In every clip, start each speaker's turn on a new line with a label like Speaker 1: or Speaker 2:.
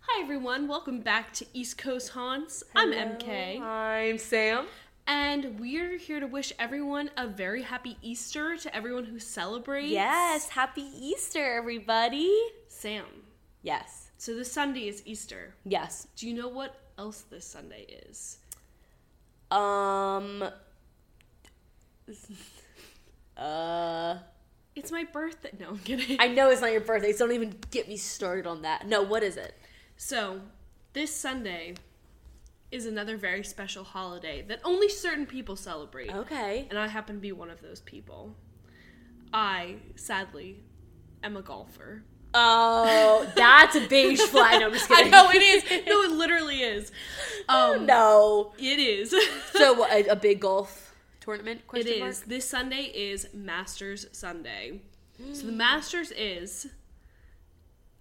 Speaker 1: Hi everyone, welcome back to East Coast Haunts. I'm MK,
Speaker 2: I'm Sam.
Speaker 1: and we're here to wish everyone a very happy Easter to everyone who celebrates.
Speaker 2: Yes, happy Easter, everybody.
Speaker 1: Sam.
Speaker 2: Yes,
Speaker 1: So this Sunday is Easter.
Speaker 2: yes.
Speaker 1: Do you know what else this Sunday is?
Speaker 2: Um. Uh,
Speaker 1: It's my birthday. No, I'm kidding.
Speaker 2: I know it's not your birthday, so don't even get me started on that. No, what is it?
Speaker 1: so, this Sunday is another very special holiday that only certain people celebrate.
Speaker 2: Okay.
Speaker 1: And I happen to be one of those people. I, sadly, am a golfer.
Speaker 2: Oh, that's a beige flag. No, I'm just
Speaker 1: I
Speaker 2: kidding.
Speaker 1: know it is. No, it literally is.
Speaker 2: Oh,
Speaker 1: Um,
Speaker 2: no.
Speaker 1: it is.
Speaker 2: So, what, a, a big golf tournament?
Speaker 1: it
Speaker 2: Question mark?
Speaker 1: is. This Sunday is Masters Sunday. So the
Speaker 2: Mm.
Speaker 1: Masters is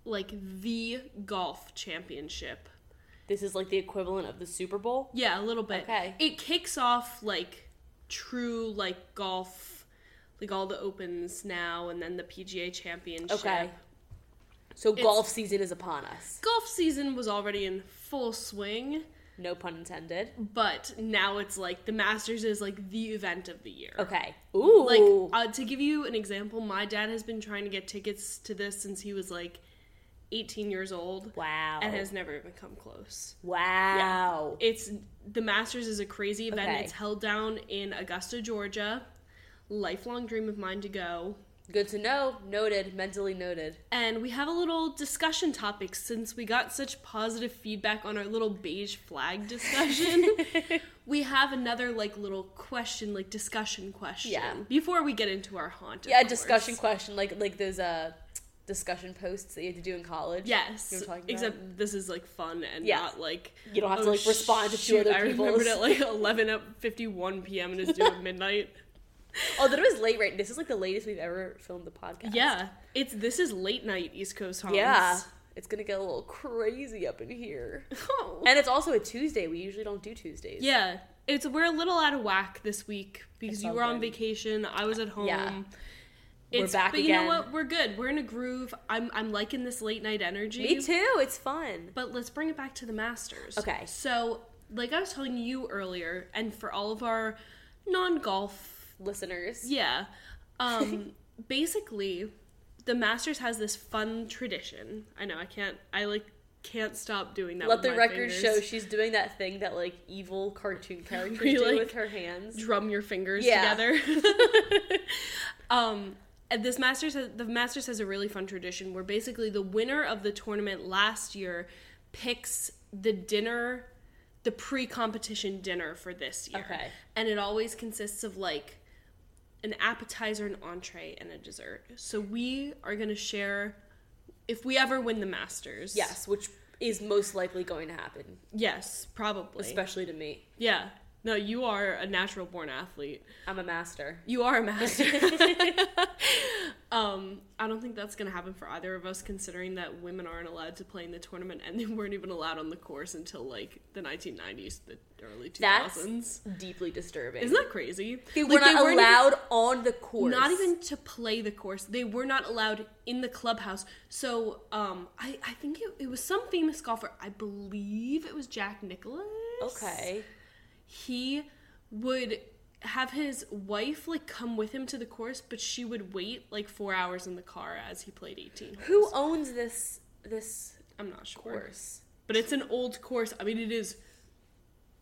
Speaker 1: like the golf championship.
Speaker 2: This is like the equivalent of the Super Bowl.
Speaker 1: Yeah, a little bit.
Speaker 2: Okay.
Speaker 1: It kicks off like true like golf, like all the opens now, and then the PGA Championship.
Speaker 2: Okay. So golf season is upon us.
Speaker 1: Golf season was already in full swing,
Speaker 2: No pun intended.
Speaker 1: but now it's like the Masters is like the event of the year.
Speaker 2: Okay. Ooh.
Speaker 1: like uh, to give you an example my dad has been trying to get tickets to this since he was like 18 years old
Speaker 2: wow.
Speaker 1: and has never even come close
Speaker 2: wow.
Speaker 1: it's the masters is a crazy event
Speaker 2: Okay.
Speaker 1: it's held down in augusta georgia lifelong dream of mine to go
Speaker 2: Good to know. Noted. Mentally noted.
Speaker 1: and we have a little discussion topic since we got such positive feedback on our little beige flag discussion we have another like little question like discussion question
Speaker 2: Yeah.
Speaker 1: before we get into our haunt of
Speaker 2: yeah,
Speaker 1: course.
Speaker 2: discussion question like like those uh discussion posts that you had to do in college.
Speaker 1: Yes.
Speaker 2: You know what I'm talking about?
Speaker 1: Except this is like fun and
Speaker 2: Yeah.
Speaker 1: not like oh,
Speaker 2: You don't have to like respond to two
Speaker 1: shoot, I
Speaker 2: other people.
Speaker 1: remembered at like eleven up fifty one PM and it's due at midnight.
Speaker 2: Although it Oh, was late, right? This is like the latest we've ever filmed the podcast.
Speaker 1: Yeah. It's this is late night East Coast haunts.
Speaker 2: Yeah. It's gonna get a little crazy up in here.
Speaker 1: Oh.
Speaker 2: And it's also a Tuesday. We usually don't do Tuesdays.
Speaker 1: yeah. It's we're a little out of whack this week because
Speaker 2: It's
Speaker 1: you
Speaker 2: all
Speaker 1: were on
Speaker 2: good.
Speaker 1: vacation. I was at home.
Speaker 2: Yeah. We're
Speaker 1: It's,
Speaker 2: back
Speaker 1: but you
Speaker 2: again.
Speaker 1: know what? We're good. We're in a groove. I'm I'm liking this late night energy.
Speaker 2: Me too. It's fun.
Speaker 1: But let's bring it back to the Masters.
Speaker 2: Okay.
Speaker 1: So, like I was telling you earlier, and for all of our non golf,
Speaker 2: Listeners.
Speaker 1: yeah, um, basically, the Masters has this fun tradition. I know I can't. I like can't stop doing that.
Speaker 2: Let
Speaker 1: with
Speaker 2: the
Speaker 1: my
Speaker 2: record
Speaker 1: fingers.
Speaker 2: show she's doing that thing that like evil cartoon characters
Speaker 1: We,
Speaker 2: do
Speaker 1: like,
Speaker 2: with her hands.
Speaker 1: Drum your fingers
Speaker 2: Yeah.
Speaker 1: together. um. and This Masters, has, the Masters has a really fun tradition where basically the winner of the tournament last year picks the dinner, the pre-competition dinner for this year.
Speaker 2: Okay.
Speaker 1: and it always consists of like an appetizer, an entree, and a dessert. So we are going to share if we ever win the Masters.
Speaker 2: Yes, which is most likely going to happen,
Speaker 1: Yes, probably.
Speaker 2: especially to me.
Speaker 1: yeah. No, you are a natural born athlete.
Speaker 2: I'm a master.
Speaker 1: You are a master. um, I don't think that's going to happen for either of us, considering that women aren't allowed to play in the tournament and they weren't even allowed on the course until like the 1990s, the early 2000s.
Speaker 2: That's- Deeply disturbing.
Speaker 1: Isn't that crazy?
Speaker 2: they
Speaker 1: Like,
Speaker 2: were not
Speaker 1: weren't even-
Speaker 2: allowed on the course.
Speaker 1: not even to play the course they were not allowed in the clubhouse so um i i think it, it was some famous golfer i believe it was jack nicholas
Speaker 2: Okay.
Speaker 1: he would have his wife like come with him to the course but she would wait like four hours in the car as he played 18
Speaker 2: Who
Speaker 1: holes.
Speaker 2: owns this this
Speaker 1: i'm not sure
Speaker 2: course?
Speaker 1: but it's an old course i mean it is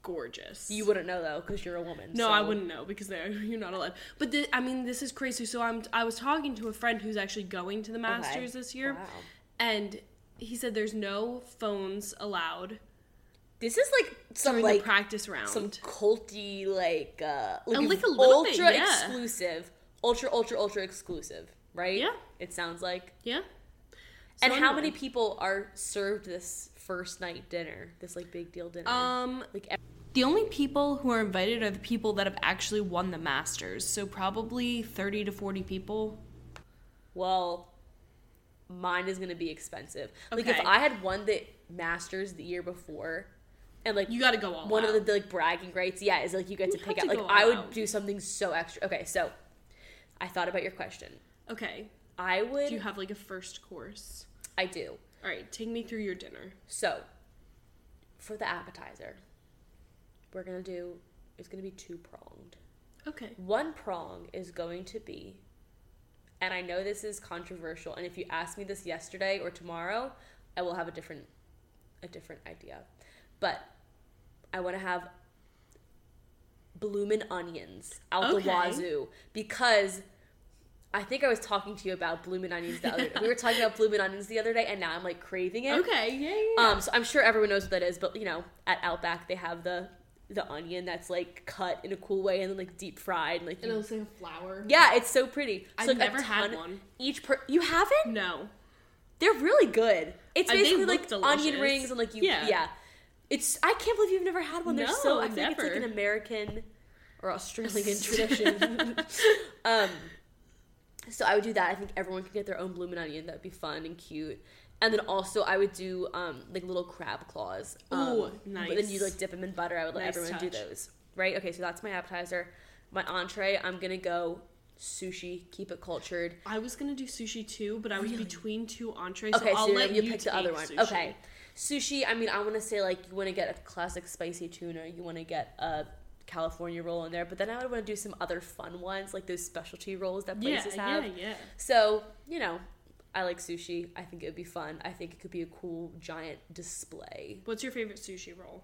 Speaker 1: gorgeous
Speaker 2: You wouldn't know though, because you're a woman.
Speaker 1: No,
Speaker 2: so-
Speaker 1: I wouldn't know because they're, you're not allowed. But the, I mean, this is crazy. So I'm I was talking to a friend who's actually going to the Masters this year,
Speaker 2: Wow.
Speaker 1: and he said there's no phones allowed
Speaker 2: This is like some
Speaker 1: during
Speaker 2: like
Speaker 1: the practice round.
Speaker 2: some culty like uh like,
Speaker 1: like a little bit,
Speaker 2: ultra
Speaker 1: yeah.
Speaker 2: exclusive, ultra ultra ultra exclusive, right?
Speaker 1: Yeah.
Speaker 2: It sounds like.
Speaker 1: yeah.
Speaker 2: and
Speaker 1: So
Speaker 2: how many
Speaker 1: anyway.
Speaker 2: people are served this first night dinner? This like big deal dinner.
Speaker 1: Um,
Speaker 2: like ev-
Speaker 1: the only people who are invited are the people that have actually won the Masters. So probably thirty to forty people.
Speaker 2: well, mine is gonna be expensive. Like if
Speaker 1: Okay.
Speaker 2: I had won the Masters the year before, and like
Speaker 1: You got to go all
Speaker 2: one
Speaker 1: out.
Speaker 2: of the, the, like bragging rights, yeah, is like you get
Speaker 1: You
Speaker 2: to
Speaker 1: have
Speaker 2: pick
Speaker 1: to
Speaker 2: out. Like
Speaker 1: go all
Speaker 2: I would
Speaker 1: out.
Speaker 2: do something so extra. Okay, so I thought about your question.
Speaker 1: okay.
Speaker 2: I would.
Speaker 1: Do you have like a first course?
Speaker 2: I do.
Speaker 1: All right, take me through your dinner.
Speaker 2: So, for the appetizer, we're gonna do. It's gonna be two pronged.
Speaker 1: Okay.
Speaker 2: One prong is going to be, and I know this is controversial. And if you ask me this yesterday or tomorrow, I will have a different, a different idea. But I want to have bloomin' onions out
Speaker 1: Okay.
Speaker 2: the wazoo because I think I was talking to you about bloomin' onions the other. We were talking about bloomin' onions the other day, and now I'm like craving it.
Speaker 1: Okay. Yeah. yeah, yeah.
Speaker 2: Um, so I'm sure everyone knows what that is, but you know, at Outback they have the the onion that's like cut in a cool way and then like deep fried and like
Speaker 1: and it looks like a flower.
Speaker 2: yeah, it's so pretty.
Speaker 1: I've
Speaker 2: So, like, a
Speaker 1: never had
Speaker 2: ton-
Speaker 1: one.
Speaker 2: Each per you haven't?
Speaker 1: No.
Speaker 2: They're really good. It's
Speaker 1: Uh, they
Speaker 2: basically
Speaker 1: look
Speaker 2: like
Speaker 1: delicious.
Speaker 2: onion rings and like you
Speaker 1: Yeah.
Speaker 2: yeah. It's I can't believe you've never had one. They're
Speaker 1: No,
Speaker 2: so I think it's like
Speaker 1: never.
Speaker 2: an American or Australian tradition. um so I would do that. I think everyone could get their own bloomin' onion. That'd be fun and cute. And then also I would do um, like little crab claws. Um,
Speaker 1: Ooh,
Speaker 2: But then
Speaker 1: nice.
Speaker 2: you like dip them in butter. I would let
Speaker 1: Nice
Speaker 2: everyone do
Speaker 1: touch.
Speaker 2: those. Right? Okay, so that's my appetizer. My entree, I'm gonna go sushi. Keep it cultured.
Speaker 1: I was gonna do sushi too, but I was between two entrees.
Speaker 2: Okay,
Speaker 1: so I'll
Speaker 2: so
Speaker 1: let
Speaker 2: you
Speaker 1: you take
Speaker 2: pick the other one.
Speaker 1: Sushi.
Speaker 2: Okay, sushi. I mean, I want to say like you want to get a classic spicy tuna. You want to get a California roll in there, but then I would want to do some other fun ones like those specialty rolls that
Speaker 1: Yeah.
Speaker 2: places have.
Speaker 1: Yeah. Yeah.
Speaker 2: So, you know, I like sushi. I think it would be fun. I think it could be a cool giant display.
Speaker 1: What's your favorite sushi roll?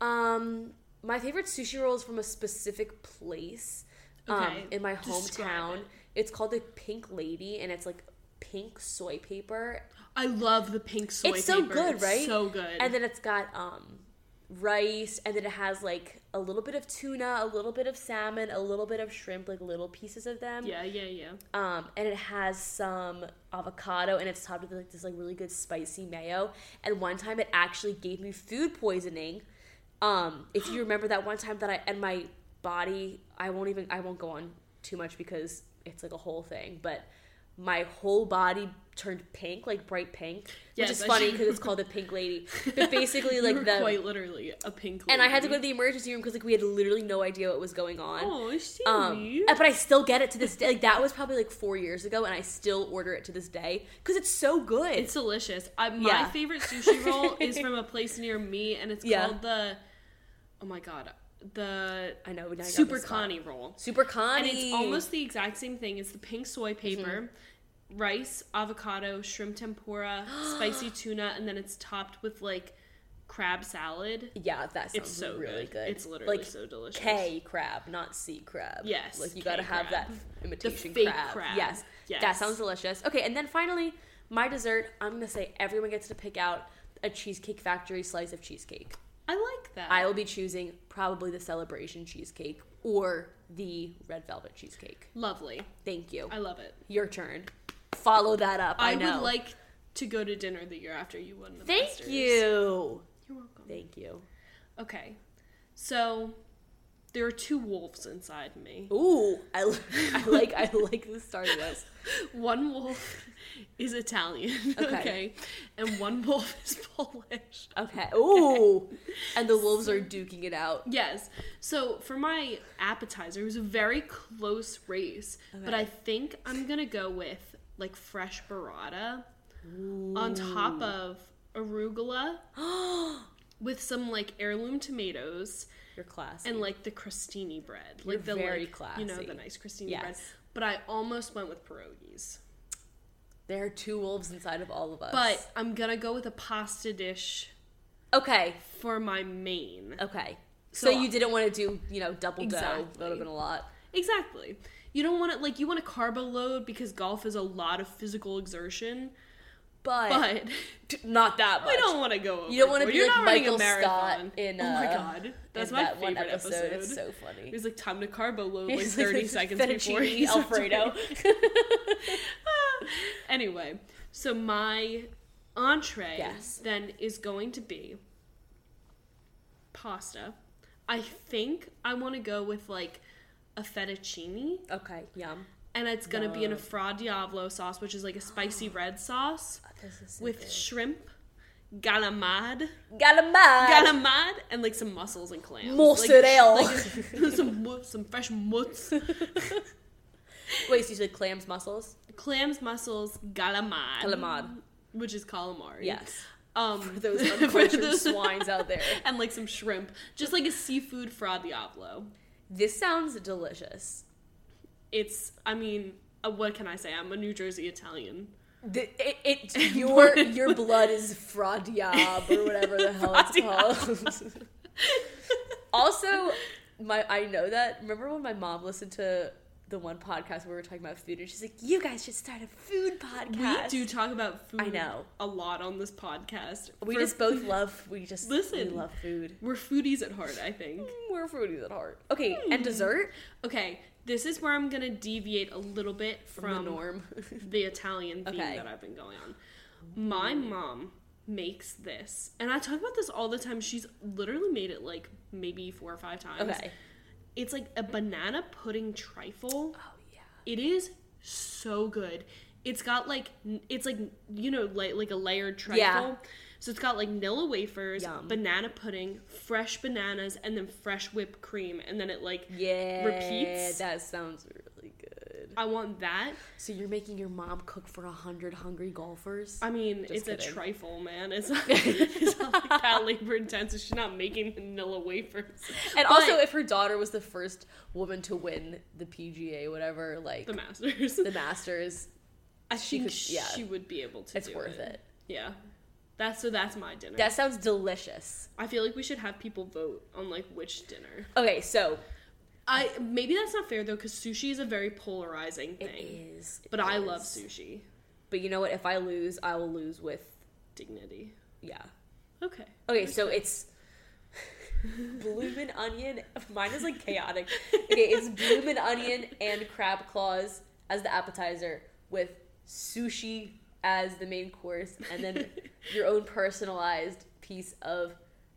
Speaker 2: Um, my favorite sushi roll is from a specific place um,
Speaker 1: Okay,
Speaker 2: in my
Speaker 1: describe
Speaker 2: hometown.
Speaker 1: it.
Speaker 2: It's called the Pink Lady, and it's like pink soy paper,
Speaker 1: I love the pink soy.
Speaker 2: It's so
Speaker 1: paper.
Speaker 2: good,
Speaker 1: It's
Speaker 2: right?
Speaker 1: So good.
Speaker 2: and then it's got um, rice, and then it has like a little bit of tuna, a little bit of salmon, a little bit of shrimp, like little pieces of them.
Speaker 1: yeah. Yeah. Yeah.
Speaker 2: um, and it has some avocado and it's topped with like this like really good spicy mayo. And one time it actually gave me food poisoning. Um, if you remember that one time that I and my body, I won't even I won't go on too much because it's like a whole thing, but my whole body turned pink, like bright pink,
Speaker 1: Yes,
Speaker 2: which is
Speaker 1: I
Speaker 2: funny
Speaker 1: should-
Speaker 2: because it's called the pink lady. But basically,
Speaker 1: You
Speaker 2: like
Speaker 1: were
Speaker 2: the
Speaker 1: quite literally a pink.
Speaker 2: and I had to go to
Speaker 1: lady.
Speaker 2: the emergency room because like we had literally no idea what was going on.
Speaker 1: Oh, see.
Speaker 2: Um, uh, but I still get it to this day. Like that was probably like four years ago, and I still order it to this day because it's so good.
Speaker 1: It's delicious. I, my
Speaker 2: Yeah.
Speaker 1: favorite sushi roll is from a place near me, and it's
Speaker 2: Yeah.
Speaker 1: called the. Oh my god, the
Speaker 2: I know. now you're on the
Speaker 1: super
Speaker 2: spot.
Speaker 1: connie roll,
Speaker 2: Super Connie. Mm-hmm.
Speaker 1: and it's almost the exact same thing. It's the pink soy paper, rice, avocado, shrimp tempura, spicy tuna, and then it's topped with like crab salad.
Speaker 2: yeah. That sounds
Speaker 1: It's so
Speaker 2: really
Speaker 1: good.
Speaker 2: good.
Speaker 1: It's literally
Speaker 2: like
Speaker 1: so delicious.
Speaker 2: K crab, not C crab.
Speaker 1: Yes,
Speaker 2: Like you
Speaker 1: K
Speaker 2: gotta have that
Speaker 1: crab.
Speaker 2: imitation
Speaker 1: fake
Speaker 2: crab.
Speaker 1: crab.
Speaker 2: Yes. That
Speaker 1: Yes.
Speaker 2: sounds delicious. Okay, and then finally, my dessert. I'm gonna say everyone gets to pick out a cheesecake factory slice of cheesecake.
Speaker 1: I like that.
Speaker 2: I will be choosing probably the celebration cheesecake or the red velvet cheesecake.
Speaker 1: Lovely.
Speaker 2: Thank you.
Speaker 1: I love it.
Speaker 2: Your turn. Follow that up. I,
Speaker 1: I,
Speaker 2: know.
Speaker 1: would like to go to dinner the year after you won the
Speaker 2: Thank
Speaker 1: Masters.
Speaker 2: you.
Speaker 1: You're welcome.
Speaker 2: Thank you.
Speaker 1: Okay. So there are two wolves inside me.
Speaker 2: Ooh, I, li- I like I like the start of this.
Speaker 1: One wolf is Italian, okay.
Speaker 2: Okay.
Speaker 1: And one wolf is Polish.
Speaker 2: Okay. Ooh, and the wolves are duking it out.
Speaker 1: Yes. So for my appetizer, it was a very close race, but
Speaker 2: Okay.
Speaker 1: I think I'm going to go with like fresh burrata on top of arugula with some like heirloom tomatoes.
Speaker 2: Your class.
Speaker 1: and like the crostini bread,
Speaker 2: You're
Speaker 1: like the
Speaker 2: very
Speaker 1: like you know
Speaker 2: classy.
Speaker 1: the nice crostini bread.
Speaker 2: Yes.
Speaker 1: But I almost went with pierogies.
Speaker 2: there are two wolves inside of all of us.
Speaker 1: But I'm gonna go with a pasta dish
Speaker 2: okay,
Speaker 1: for my main.
Speaker 2: okay. So,
Speaker 1: So-
Speaker 2: you didn't want to do you know double dough.
Speaker 1: Exactly.
Speaker 2: That would have been a lot.
Speaker 1: Exactly. You don't want to like you want a carb load because golf is a lot of physical exertion,
Speaker 2: But,
Speaker 1: but
Speaker 2: not that much.
Speaker 1: we don't want to go. Over
Speaker 2: You don't want to be
Speaker 1: You're
Speaker 2: like
Speaker 1: not running a
Speaker 2: Michael Scott
Speaker 1: marathon.
Speaker 2: in.
Speaker 1: oh my
Speaker 2: uh,
Speaker 1: god, that's
Speaker 2: in
Speaker 1: my
Speaker 2: that
Speaker 1: favorite
Speaker 2: one episode.
Speaker 1: episode.
Speaker 2: It's so funny.
Speaker 1: It was like time to carb load like
Speaker 2: It's
Speaker 1: 30
Speaker 2: this
Speaker 1: seconds before
Speaker 2: fettuccine
Speaker 1: he starts
Speaker 2: Alfredo.
Speaker 1: Anyway, so my entree
Speaker 2: Yes.
Speaker 1: then is going to be pasta. I think I want to go with like a fettuccine,
Speaker 2: okay, yum.
Speaker 1: and it's going to be in a fra diavolo sauce, which is like a spicy red sauce
Speaker 2: This is so
Speaker 1: with
Speaker 2: good.
Speaker 1: shrimp, galamad,
Speaker 2: Galamad.
Speaker 1: galamad, and like some mussels and clams, Like,
Speaker 2: Mozzarella.
Speaker 1: like, some mu- some fresh mutts,
Speaker 2: Wait, so you said clams, mussels,
Speaker 1: clams, mussels, galamad,
Speaker 2: calamad.
Speaker 1: which is calamari.
Speaker 2: Yes.
Speaker 1: Um,
Speaker 2: For those uncultured swines out there.
Speaker 1: and like some shrimp, just like a seafood fra diavolo.
Speaker 2: This sounds delicious.
Speaker 1: It's, I mean, uh, what can I say? I'm a New Jersey Italian.
Speaker 2: The, it, it your your blood is fradiab or whatever the hell it's called. also, my I know that. Remember when my mom listened to the one podcast where we were talking about food, and she's like, "You guys should start a food podcast."
Speaker 1: We do talk about food.
Speaker 2: I know.
Speaker 1: a lot on this podcast.
Speaker 2: We
Speaker 1: For-
Speaker 2: just both love. We just
Speaker 1: Listen.
Speaker 2: We love food.
Speaker 1: we're foodies at heart. I think.
Speaker 2: We're foodies at heart. Hmm. Okay, and dessert
Speaker 1: Okay, this is where I'm gonna deviate a little bit
Speaker 2: from
Speaker 1: from
Speaker 2: the norm.
Speaker 1: the Italian theme
Speaker 2: Okay.
Speaker 1: that I've been going on. My mom makes this, and I talk about this all the time. She's literally made it like maybe four or five times.
Speaker 2: okay.
Speaker 1: It's like a banana pudding trifle.
Speaker 2: Oh yeah.
Speaker 1: It is so good. It's got like n- it's like you know like like a layered trifle.
Speaker 2: Yeah.
Speaker 1: So it's got like Nilla wafers,
Speaker 2: Yum.
Speaker 1: banana pudding, fresh bananas, and then fresh whipped cream, and then it like
Speaker 2: Yeah.
Speaker 1: Repeats.
Speaker 2: That sounds really good.
Speaker 1: I want that.
Speaker 2: So you're making your mom cook for a hundred hungry golfers?
Speaker 1: I mean,
Speaker 2: Just
Speaker 1: it's
Speaker 2: kidding.
Speaker 1: a trifle, man. It's not, it's not like that labor intensive. She's not making vanilla wafers.
Speaker 2: and
Speaker 1: but-
Speaker 2: also, if her daughter was the first woman to win the PGA, whatever, like
Speaker 1: The
Speaker 2: the,
Speaker 1: masters.
Speaker 2: Masters,
Speaker 1: I
Speaker 2: she
Speaker 1: think
Speaker 2: could- yeah.
Speaker 1: she would be able to.
Speaker 2: it's
Speaker 1: do
Speaker 2: worth it.
Speaker 1: Yeah. That's so. That's my dinner.
Speaker 2: That sounds delicious.
Speaker 1: I feel like we should have people vote on like which dinner.
Speaker 2: Okay, so
Speaker 1: I maybe that's not fair though, because sushi is a very polarizing
Speaker 2: it
Speaker 1: thing.
Speaker 2: is.
Speaker 1: But
Speaker 2: it
Speaker 1: I
Speaker 2: is.
Speaker 1: love sushi.
Speaker 2: But you know what? If I lose, I will lose with
Speaker 1: Dignity.
Speaker 2: yeah.
Speaker 1: Okay.
Speaker 2: Okay, so it's bloomin' onion. Mine is like chaotic. Okay, it's bloomin' onion and crab claws as the appetizer with sushi as the main course, and then your own personalized piece of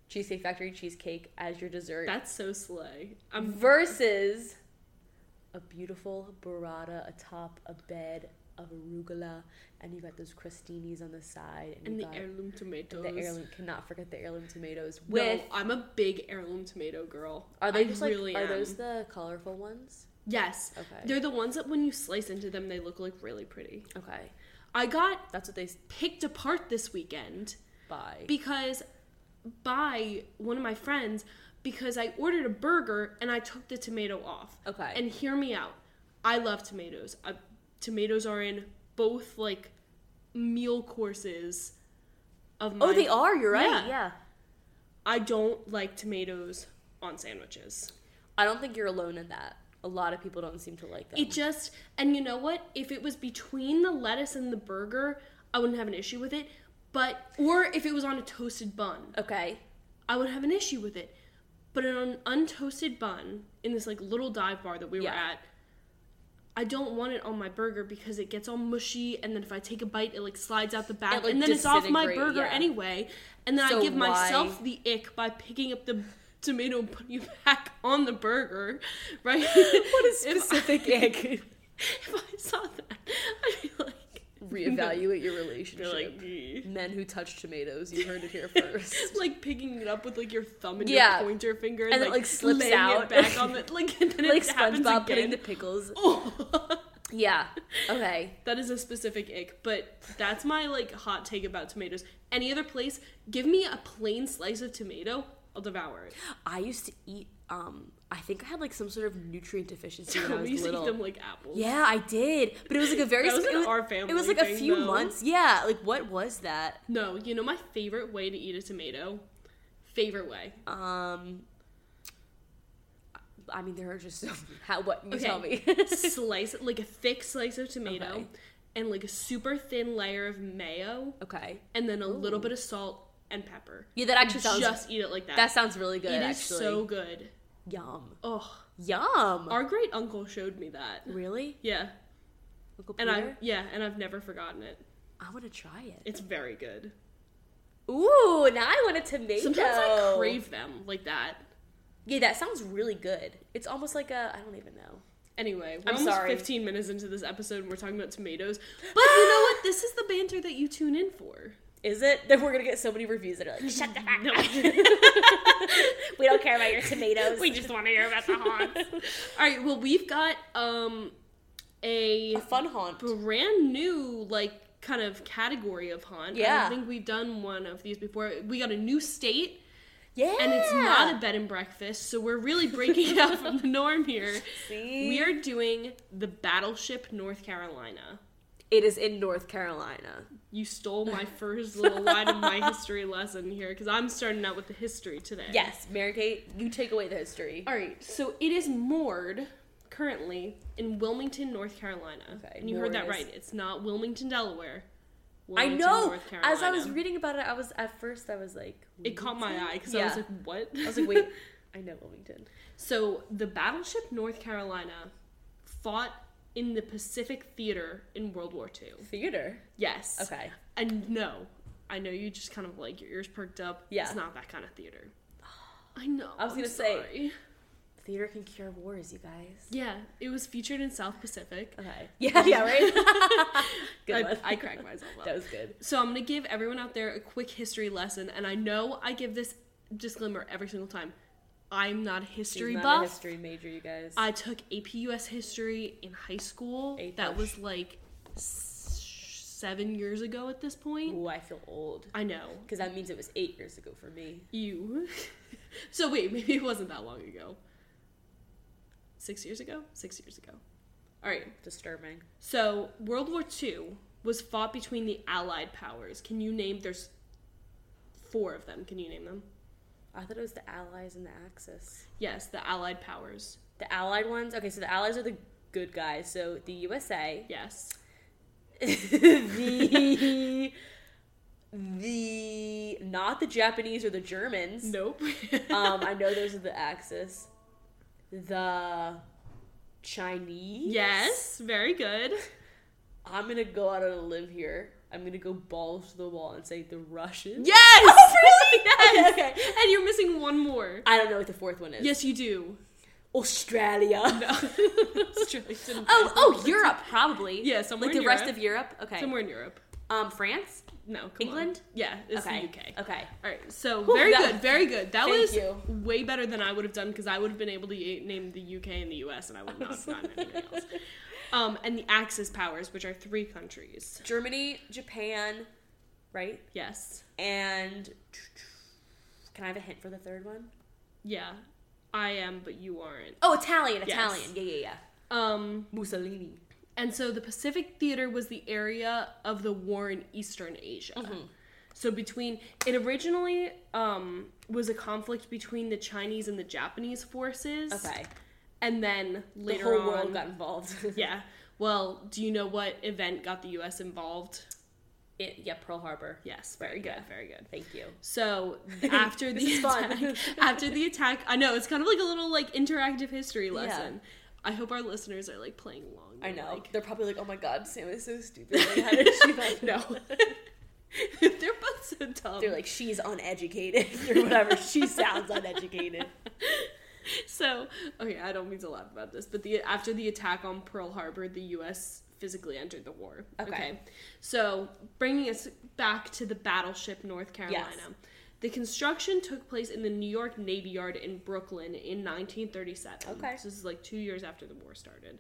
Speaker 2: Cheesecake Factory cheesecake as your dessert.
Speaker 1: That's so slay. I'm
Speaker 2: versus a beautiful burrata atop a bed of arugula, and you got those crostinis on the side, and,
Speaker 1: and
Speaker 2: you
Speaker 1: the
Speaker 2: got
Speaker 1: heirloom tomatoes.
Speaker 2: the heirloom. Cannot forget the heirloom tomatoes
Speaker 1: With
Speaker 2: with.
Speaker 1: I'm a big heirloom tomato girl.
Speaker 2: Are they
Speaker 1: I
Speaker 2: just
Speaker 1: really
Speaker 2: like? Are
Speaker 1: am.
Speaker 2: those the colorful ones?
Speaker 1: Yes.
Speaker 2: Okay.
Speaker 1: They're the ones that when you slice into them, they look like really pretty.
Speaker 2: okay.
Speaker 1: I got
Speaker 2: That's what they s-
Speaker 1: picked apart this weekend
Speaker 2: buy.
Speaker 1: because by one of my friends because I ordered a burger and I took the tomato off.
Speaker 2: okay.
Speaker 1: And hear me out. I love tomatoes. I, tomatoes are in both like meal courses of my
Speaker 2: oh, they are. You're right.
Speaker 1: Yeah.
Speaker 2: Yeah.
Speaker 1: I don't like tomatoes on sandwiches.
Speaker 2: I don't think you're alone in that. A lot of people don't seem to like them.
Speaker 1: It just and you know what? If it was between the lettuce and the burger, I wouldn't have an issue with it. But or if it was on a toasted bun,
Speaker 2: okay.
Speaker 1: I would have an issue with it. But on an untoasted bun in this like little dive bar that we were
Speaker 2: Yeah.
Speaker 1: at, I don't want it on my burger because it gets all mushy and then if I take a bite it like slides out the back
Speaker 2: like,
Speaker 1: and then it's off my
Speaker 2: disintegrate,
Speaker 1: burger
Speaker 2: yeah.
Speaker 1: anyway. And then I
Speaker 2: So
Speaker 1: give
Speaker 2: why-
Speaker 1: myself the ick by picking up the tomato and putting it back on the burger, right?
Speaker 2: What a
Speaker 1: If I-
Speaker 2: specific egg.
Speaker 1: if I saw that, I'd be like,
Speaker 2: Reevaluate your
Speaker 1: be
Speaker 2: relationship.
Speaker 1: like, "Ee."
Speaker 2: Men who touch tomatoes. You heard it here first.
Speaker 1: like picking it up with like your thumb and
Speaker 2: Yeah.
Speaker 1: your pointer finger,
Speaker 2: And it, like, slips
Speaker 1: laying
Speaker 2: out.
Speaker 1: it back on the like, and then
Speaker 2: like
Speaker 1: it happens
Speaker 2: SpongeBob putting
Speaker 1: again.
Speaker 2: the pickles.
Speaker 1: oh,
Speaker 2: Yeah. Okay.
Speaker 1: that is a specific ick, but that's my like hot take about tomatoes. Any other place, give me a plain slice of tomato, I'll devour it.
Speaker 2: I used to eat. Um. I think I had like some sort of nutrient deficiency when I
Speaker 1: we
Speaker 2: was
Speaker 1: used to eat
Speaker 2: little.
Speaker 1: them like apples.
Speaker 2: Yeah, I did, but it was like a very.
Speaker 1: That was
Speaker 2: sp-
Speaker 1: an
Speaker 2: it was,
Speaker 1: our family
Speaker 2: It was like a
Speaker 1: thing,
Speaker 2: few
Speaker 1: though.
Speaker 2: months. Yeah, like what was that?
Speaker 1: No, you know my favorite way to eat a tomato. Favorite way.
Speaker 2: Um, I mean, there are just so how what you
Speaker 1: Okay.
Speaker 2: tell me.
Speaker 1: slice like a thick slice of tomato
Speaker 2: Okay.
Speaker 1: and like a super thin layer of mayo
Speaker 2: okay,
Speaker 1: and then a little bit of salt and pepper.
Speaker 2: yeah, that actually sounds
Speaker 1: Just eat it like that.
Speaker 2: that sounds really good.
Speaker 1: It is
Speaker 2: actually,
Speaker 1: so good.
Speaker 2: yum,
Speaker 1: Oh,
Speaker 2: yum.
Speaker 1: our great uncle showed me that.
Speaker 2: really,
Speaker 1: Yeah,
Speaker 2: Uncle
Speaker 1: and
Speaker 2: Peter?
Speaker 1: I yeah, and I've never forgotten it.
Speaker 2: I want to try it.
Speaker 1: It's very good.
Speaker 2: Ooh, now I want a tomato.
Speaker 1: Sometimes I crave them like that.
Speaker 2: Yeah, that sounds really good. It's almost like a I don't even know.
Speaker 1: Anyway, we're
Speaker 2: I'm
Speaker 1: almost
Speaker 2: sorry.
Speaker 1: 15 minutes into this episode and we're talking about tomatoes. But you know what? This is the banter that you tune in for.
Speaker 2: Is it? Then we're gonna get so many reviews that are like, "Shut the fuck
Speaker 1: No.
Speaker 2: up. We don't care about your tomatoes.
Speaker 3: We just want to hear about the haunts.
Speaker 1: All right, well, we've got um a
Speaker 2: a fun haunt.
Speaker 1: brand new like kind of category of haunt. I
Speaker 2: Yeah.
Speaker 1: don't think we've done one of these before. We got a new state,
Speaker 2: Yeah.
Speaker 1: and it's not a bed and breakfast, so we're really breaking it out from the norm here.
Speaker 2: See?
Speaker 1: We are doing the Battleship North Carolina.
Speaker 2: It is in North Carolina.
Speaker 1: You stole my first little line of my history lesson here because I'm starting out with the history today.
Speaker 2: Yes, Mary Kate, you take away the history.
Speaker 1: All right, so it is moored currently in Wilmington, North Carolina.
Speaker 2: Okay,
Speaker 1: and you heard
Speaker 2: moored
Speaker 1: that
Speaker 2: is-
Speaker 1: right. It's not Wilmington, Delaware.
Speaker 2: I
Speaker 1: Wilmington,
Speaker 2: know.
Speaker 1: North
Speaker 2: As I was
Speaker 1: Carolina.
Speaker 2: reading about it, I was at first I was like,
Speaker 1: it caught my
Speaker 2: Wilmington?
Speaker 1: eye because I was like, "What?"
Speaker 2: I was like, wait, I know Wilmington.
Speaker 1: so the battleship North Carolina fought in the Pacific Theater in World War II.
Speaker 2: Theater.
Speaker 1: Yes.
Speaker 2: Okay.
Speaker 1: And no, I know you just kind of like your ears perked up.
Speaker 2: Yeah.
Speaker 1: It's not that kind of theater. I know.
Speaker 2: I was
Speaker 1: I'm
Speaker 2: gonna say-
Speaker 1: sorry.
Speaker 2: Theater can cure wars, you guys.
Speaker 1: Yeah, it was featured in South Pacific.
Speaker 2: Okay. Yeah, yeah, right? good
Speaker 1: I,
Speaker 2: one.
Speaker 1: I cracked myself up.
Speaker 2: That was good.
Speaker 1: So I'm gonna give everyone out there a quick history lesson, and I know I give this disclaimer every single time. I'm not a
Speaker 2: She's
Speaker 1: history
Speaker 2: not a
Speaker 1: buff.
Speaker 2: history major, you guys.
Speaker 1: I took AP US history in high school.
Speaker 2: Eighth
Speaker 1: that
Speaker 2: push.
Speaker 1: was like s- seven years ago at this point.
Speaker 2: Ooh, I feel old.
Speaker 1: I know
Speaker 2: Because that means it was eight years ago for me.
Speaker 1: you. so wait, maybe it wasn't that long ago. Six years ago. Six years ago. All right.
Speaker 2: Disturbing.
Speaker 1: So World War II was fought between the Allied powers. Can you name? There's four of them. Can you name them?
Speaker 2: I thought it was the Allies and the Axis.
Speaker 1: Yes, the Allied powers.
Speaker 2: The Allied ones? Okay, so the Allies are the good guys. So the USA,
Speaker 1: Yes.
Speaker 2: the the not the Japanese or the Germans.
Speaker 1: Nope.
Speaker 2: Um, I know those are the Axis. The Chinese.
Speaker 1: yes. Very good.
Speaker 2: I'm gonna go out on a limb here. I'm gonna go balls to the wall and say the Russians.
Speaker 1: Yes. Yes.
Speaker 2: Okay, okay.
Speaker 1: And you're missing one more.
Speaker 2: I don't know what the fourth one is.
Speaker 1: Yes, you do.
Speaker 2: Australia.
Speaker 1: Australia didn't
Speaker 2: Oh, oh, Europe probably.
Speaker 1: Yeah, somewhere
Speaker 2: like the
Speaker 1: in
Speaker 2: rest
Speaker 1: Europe.
Speaker 2: of Europe. Okay.
Speaker 1: somewhere in Europe.
Speaker 2: Um, France.
Speaker 1: No, come on.
Speaker 2: England?
Speaker 1: Yeah, it's
Speaker 2: okay.
Speaker 1: the UK.
Speaker 2: Okay.
Speaker 1: All right, so
Speaker 2: Whew,
Speaker 1: very
Speaker 2: that-
Speaker 1: good, very good. That
Speaker 2: Thank
Speaker 1: was
Speaker 2: you.
Speaker 1: way better than I would have done because I would have been able to y- name the UK and the US, and I would not have gotten anything else. Um, and the Axis powers, which are three countries.
Speaker 2: Germany, Japan, right?
Speaker 1: Yes,
Speaker 2: And can I have a hint for the third one?
Speaker 1: yeah, I am, but you aren't.
Speaker 2: Oh, Italian,
Speaker 1: Yes.
Speaker 2: Italian. Yeah, yeah, yeah.
Speaker 1: Um,
Speaker 2: Mussolini.
Speaker 1: and so the Pacific Theater was the area of the war in Eastern Asia.
Speaker 2: Mm-hmm.
Speaker 1: So between it originally um, was a conflict between the Chinese and the Japanese forces.
Speaker 2: Okay.
Speaker 1: and then later
Speaker 2: the whole
Speaker 1: on,
Speaker 2: world got involved.
Speaker 1: Yeah. Well, do you know what event got the US involved?
Speaker 2: It, yeah, Pearl Harbor.
Speaker 1: Yes, very good, very good.
Speaker 2: Thank you.
Speaker 1: So after the
Speaker 2: This is fun.
Speaker 1: attack, after the attack, I know it's kind of like a little like interactive history lesson. I hope our listeners are like playing along.
Speaker 2: I
Speaker 1: and,
Speaker 2: know.
Speaker 1: like-
Speaker 2: They're probably like, oh my god, Sam is so stupid. Like, how did she not
Speaker 1: no,
Speaker 2: know?
Speaker 1: they're both so dumb.
Speaker 2: They're like, she's uneducated or whatever. She sounds uneducated.
Speaker 1: so okay, I don't mean to laugh about this, but the after the attack on Pearl Harbor, the U.S. physically entered the war.
Speaker 2: Okay.
Speaker 1: so bringing us back to the battleship North Carolina. The construction took place in the New York Navy Yard in Brooklyn in 1937.
Speaker 2: Okay.
Speaker 1: So this is like two years after the war started.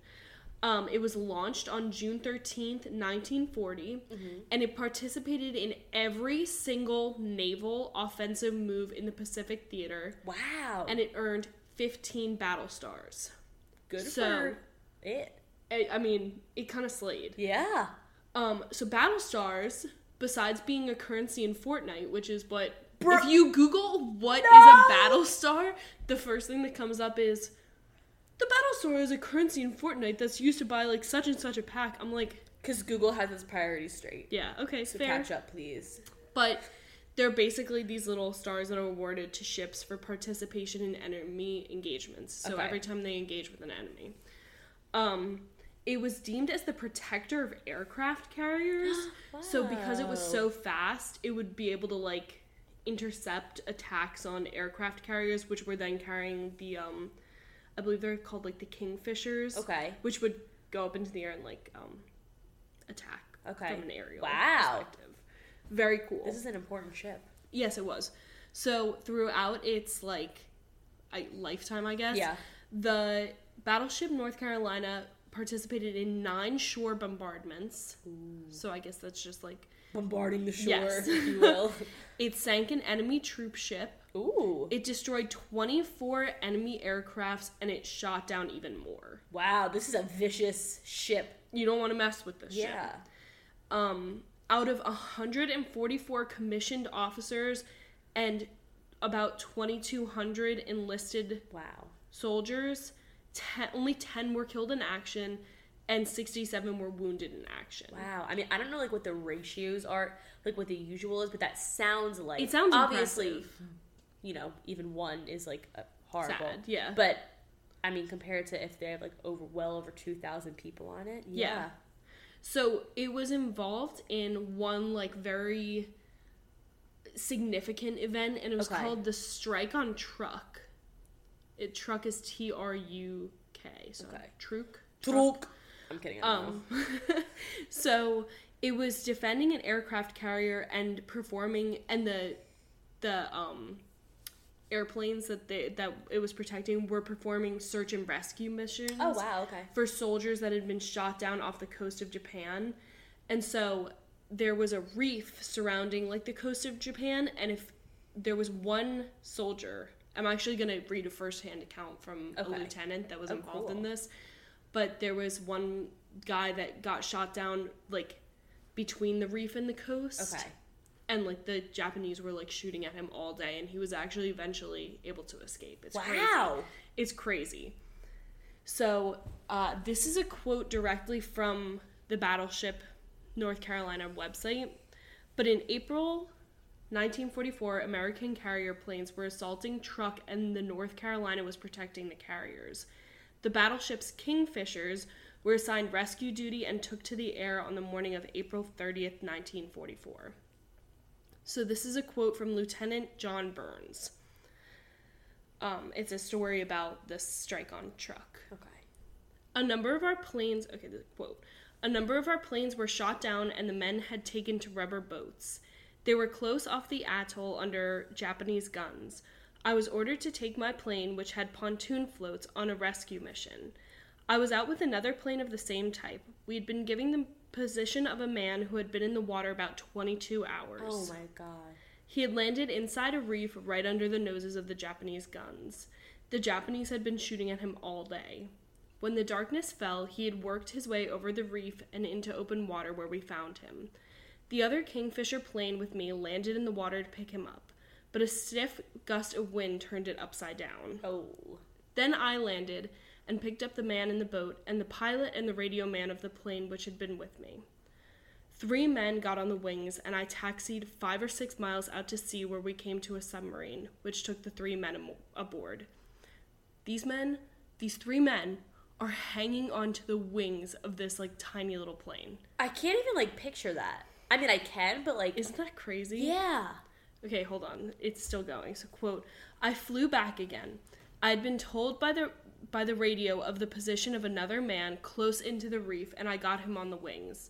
Speaker 1: Um, it was launched on June 13th, 1940,
Speaker 2: Mm-hmm.
Speaker 1: and it participated in every single naval offensive move in the Pacific Theater
Speaker 2: Wow.
Speaker 1: and it earned 15 battle stars.
Speaker 2: good
Speaker 1: so-
Speaker 2: for it.
Speaker 1: I, I mean, it kind of slayed.
Speaker 2: Yeah.
Speaker 1: Um, so battle stars, besides being a currency in Fortnite, which is what
Speaker 2: Bru-
Speaker 1: if you Google what is
Speaker 2: No!
Speaker 1: a battle star, the first thing that comes up is the battle star is a currency in Fortnite that's used to buy like such and such a pack. I'm like,
Speaker 2: Because Google has its priorities straight.
Speaker 1: yeah, okay,
Speaker 2: So
Speaker 1: fair.
Speaker 2: catch up, please.
Speaker 1: But they're basically these little stars that are awarded to ships for participation in enemy engagements. So
Speaker 2: Okay.
Speaker 1: every time they engage with an enemy. Um, it was deemed as the protector of aircraft carriers. So because it was
Speaker 2: Wow.
Speaker 1: so fast, it would be able to like intercept attacks on aircraft carriers, which were then carrying the um I believe they're called like the Kingfishers.
Speaker 2: Okay.
Speaker 1: Which would go up into the air and like um attack
Speaker 2: Okay.
Speaker 1: from an aerial
Speaker 2: Wow.
Speaker 1: perspective. Very cool.
Speaker 2: This is an important ship.
Speaker 1: Yes, it was. So throughout its like I, lifetime, I guess.
Speaker 2: Yeah.
Speaker 1: The battleship North Carolina participated in nine shore bombardments. So I guess that's just like
Speaker 2: Bombarding the shore,
Speaker 1: Yes.
Speaker 2: if you will.
Speaker 1: it sank an enemy troop ship.
Speaker 2: Ooh.
Speaker 1: It destroyed 24 enemy aircrafts and it shot down even more.
Speaker 2: Wow, this is a vicious ship.
Speaker 1: You don't want to mess with this ship.
Speaker 2: Yeah.
Speaker 1: um, out of 144 commissioned officers and about 2,200 enlisted
Speaker 2: Wow.
Speaker 1: soldiers, ten, only 10 were killed in action and 67 were wounded in action.
Speaker 2: Wow. I mean, I don't know like what the ratios are, like what the usual is, but that sounds like
Speaker 1: It sounds
Speaker 2: obviously,
Speaker 1: impressive.
Speaker 2: you know, even one is like a horrible.
Speaker 1: Sad, yeah.
Speaker 2: But I mean, compared to if they have like over well over two thousand people on it, yeah.
Speaker 1: Yeah. So it was involved in one like very significant event, and it was
Speaker 2: Okay.
Speaker 1: called the Strike on Truck. It truck is T R U K. So
Speaker 2: Okay.
Speaker 1: truck.
Speaker 2: I'm kidding. I don't know.
Speaker 1: Um. so it was defending an aircraft carrier and performing, and the the um airplanes that they that it was protecting were performing search and rescue missions
Speaker 2: Oh wow. Okay.
Speaker 1: for soldiers that had been shot down off the coast of Japan. And so there was a reef surrounding like the coast of Japan and if there was one soldier, I'm actually going to read a first-hand account from
Speaker 2: Okay.
Speaker 1: a lieutenant that was
Speaker 2: Oh,
Speaker 1: involved in
Speaker 2: cool.
Speaker 1: this, but there was one guy that got shot down like between the reef and the coast.
Speaker 2: Okay.
Speaker 1: And like the Japanese were like shooting at him all day and he was actually eventually able to escape. It's crazy.
Speaker 2: Wow.
Speaker 1: It's crazy. So, uh, this is a quote directly from the Battleship North Carolina website. But in April 1944, American carrier planes were assaulting truck, and the North Carolina was protecting the carriers. The battleship's Kingfishers were assigned rescue duty and took to the air on the morning of April 30th, 1944. So, this is a quote from Lieutenant John Burns. Um, it's a story about this strike on truck.
Speaker 2: Okay.
Speaker 1: A number of our planes, okay, the quote. A number of our planes were shot down and the men had taken to rubber boats. They were close off the atoll under Japanese guns. I was ordered to take my plane, which had pontoon floats, on a rescue mission. I was out with another plane of the same type. We had been giving the position of a man who had been in the water about 22 hours.
Speaker 2: Oh my god.
Speaker 1: He had landed inside a reef right under the noses of the Japanese guns. The Japanese had been shooting at him all day. When the darkness fell, he had worked his way over the reef and into open water where we found him. The other Kingfisher plane with me landed in the water to pick him up, but a stiff gust of wind turned it upside down.
Speaker 2: Oh.
Speaker 1: Then I landed and picked up the man in the boat and the pilot and the radio man of the plane which had been with me. Three men got on the wings, and I taxied five or six miles out to sea where we came to a submarine, which took the three men amo- aboard. These men, these three men, are hanging onto the wings of this like tiny little plane.
Speaker 2: I can't even like picture that. I mean, I can, but like,
Speaker 1: Isn't that crazy?
Speaker 2: yeah.
Speaker 1: Okay, hold on. It's still going. So quote, I flew back again. I had been told by the by the radio of the position of another man close into the reef and I got him on the wings.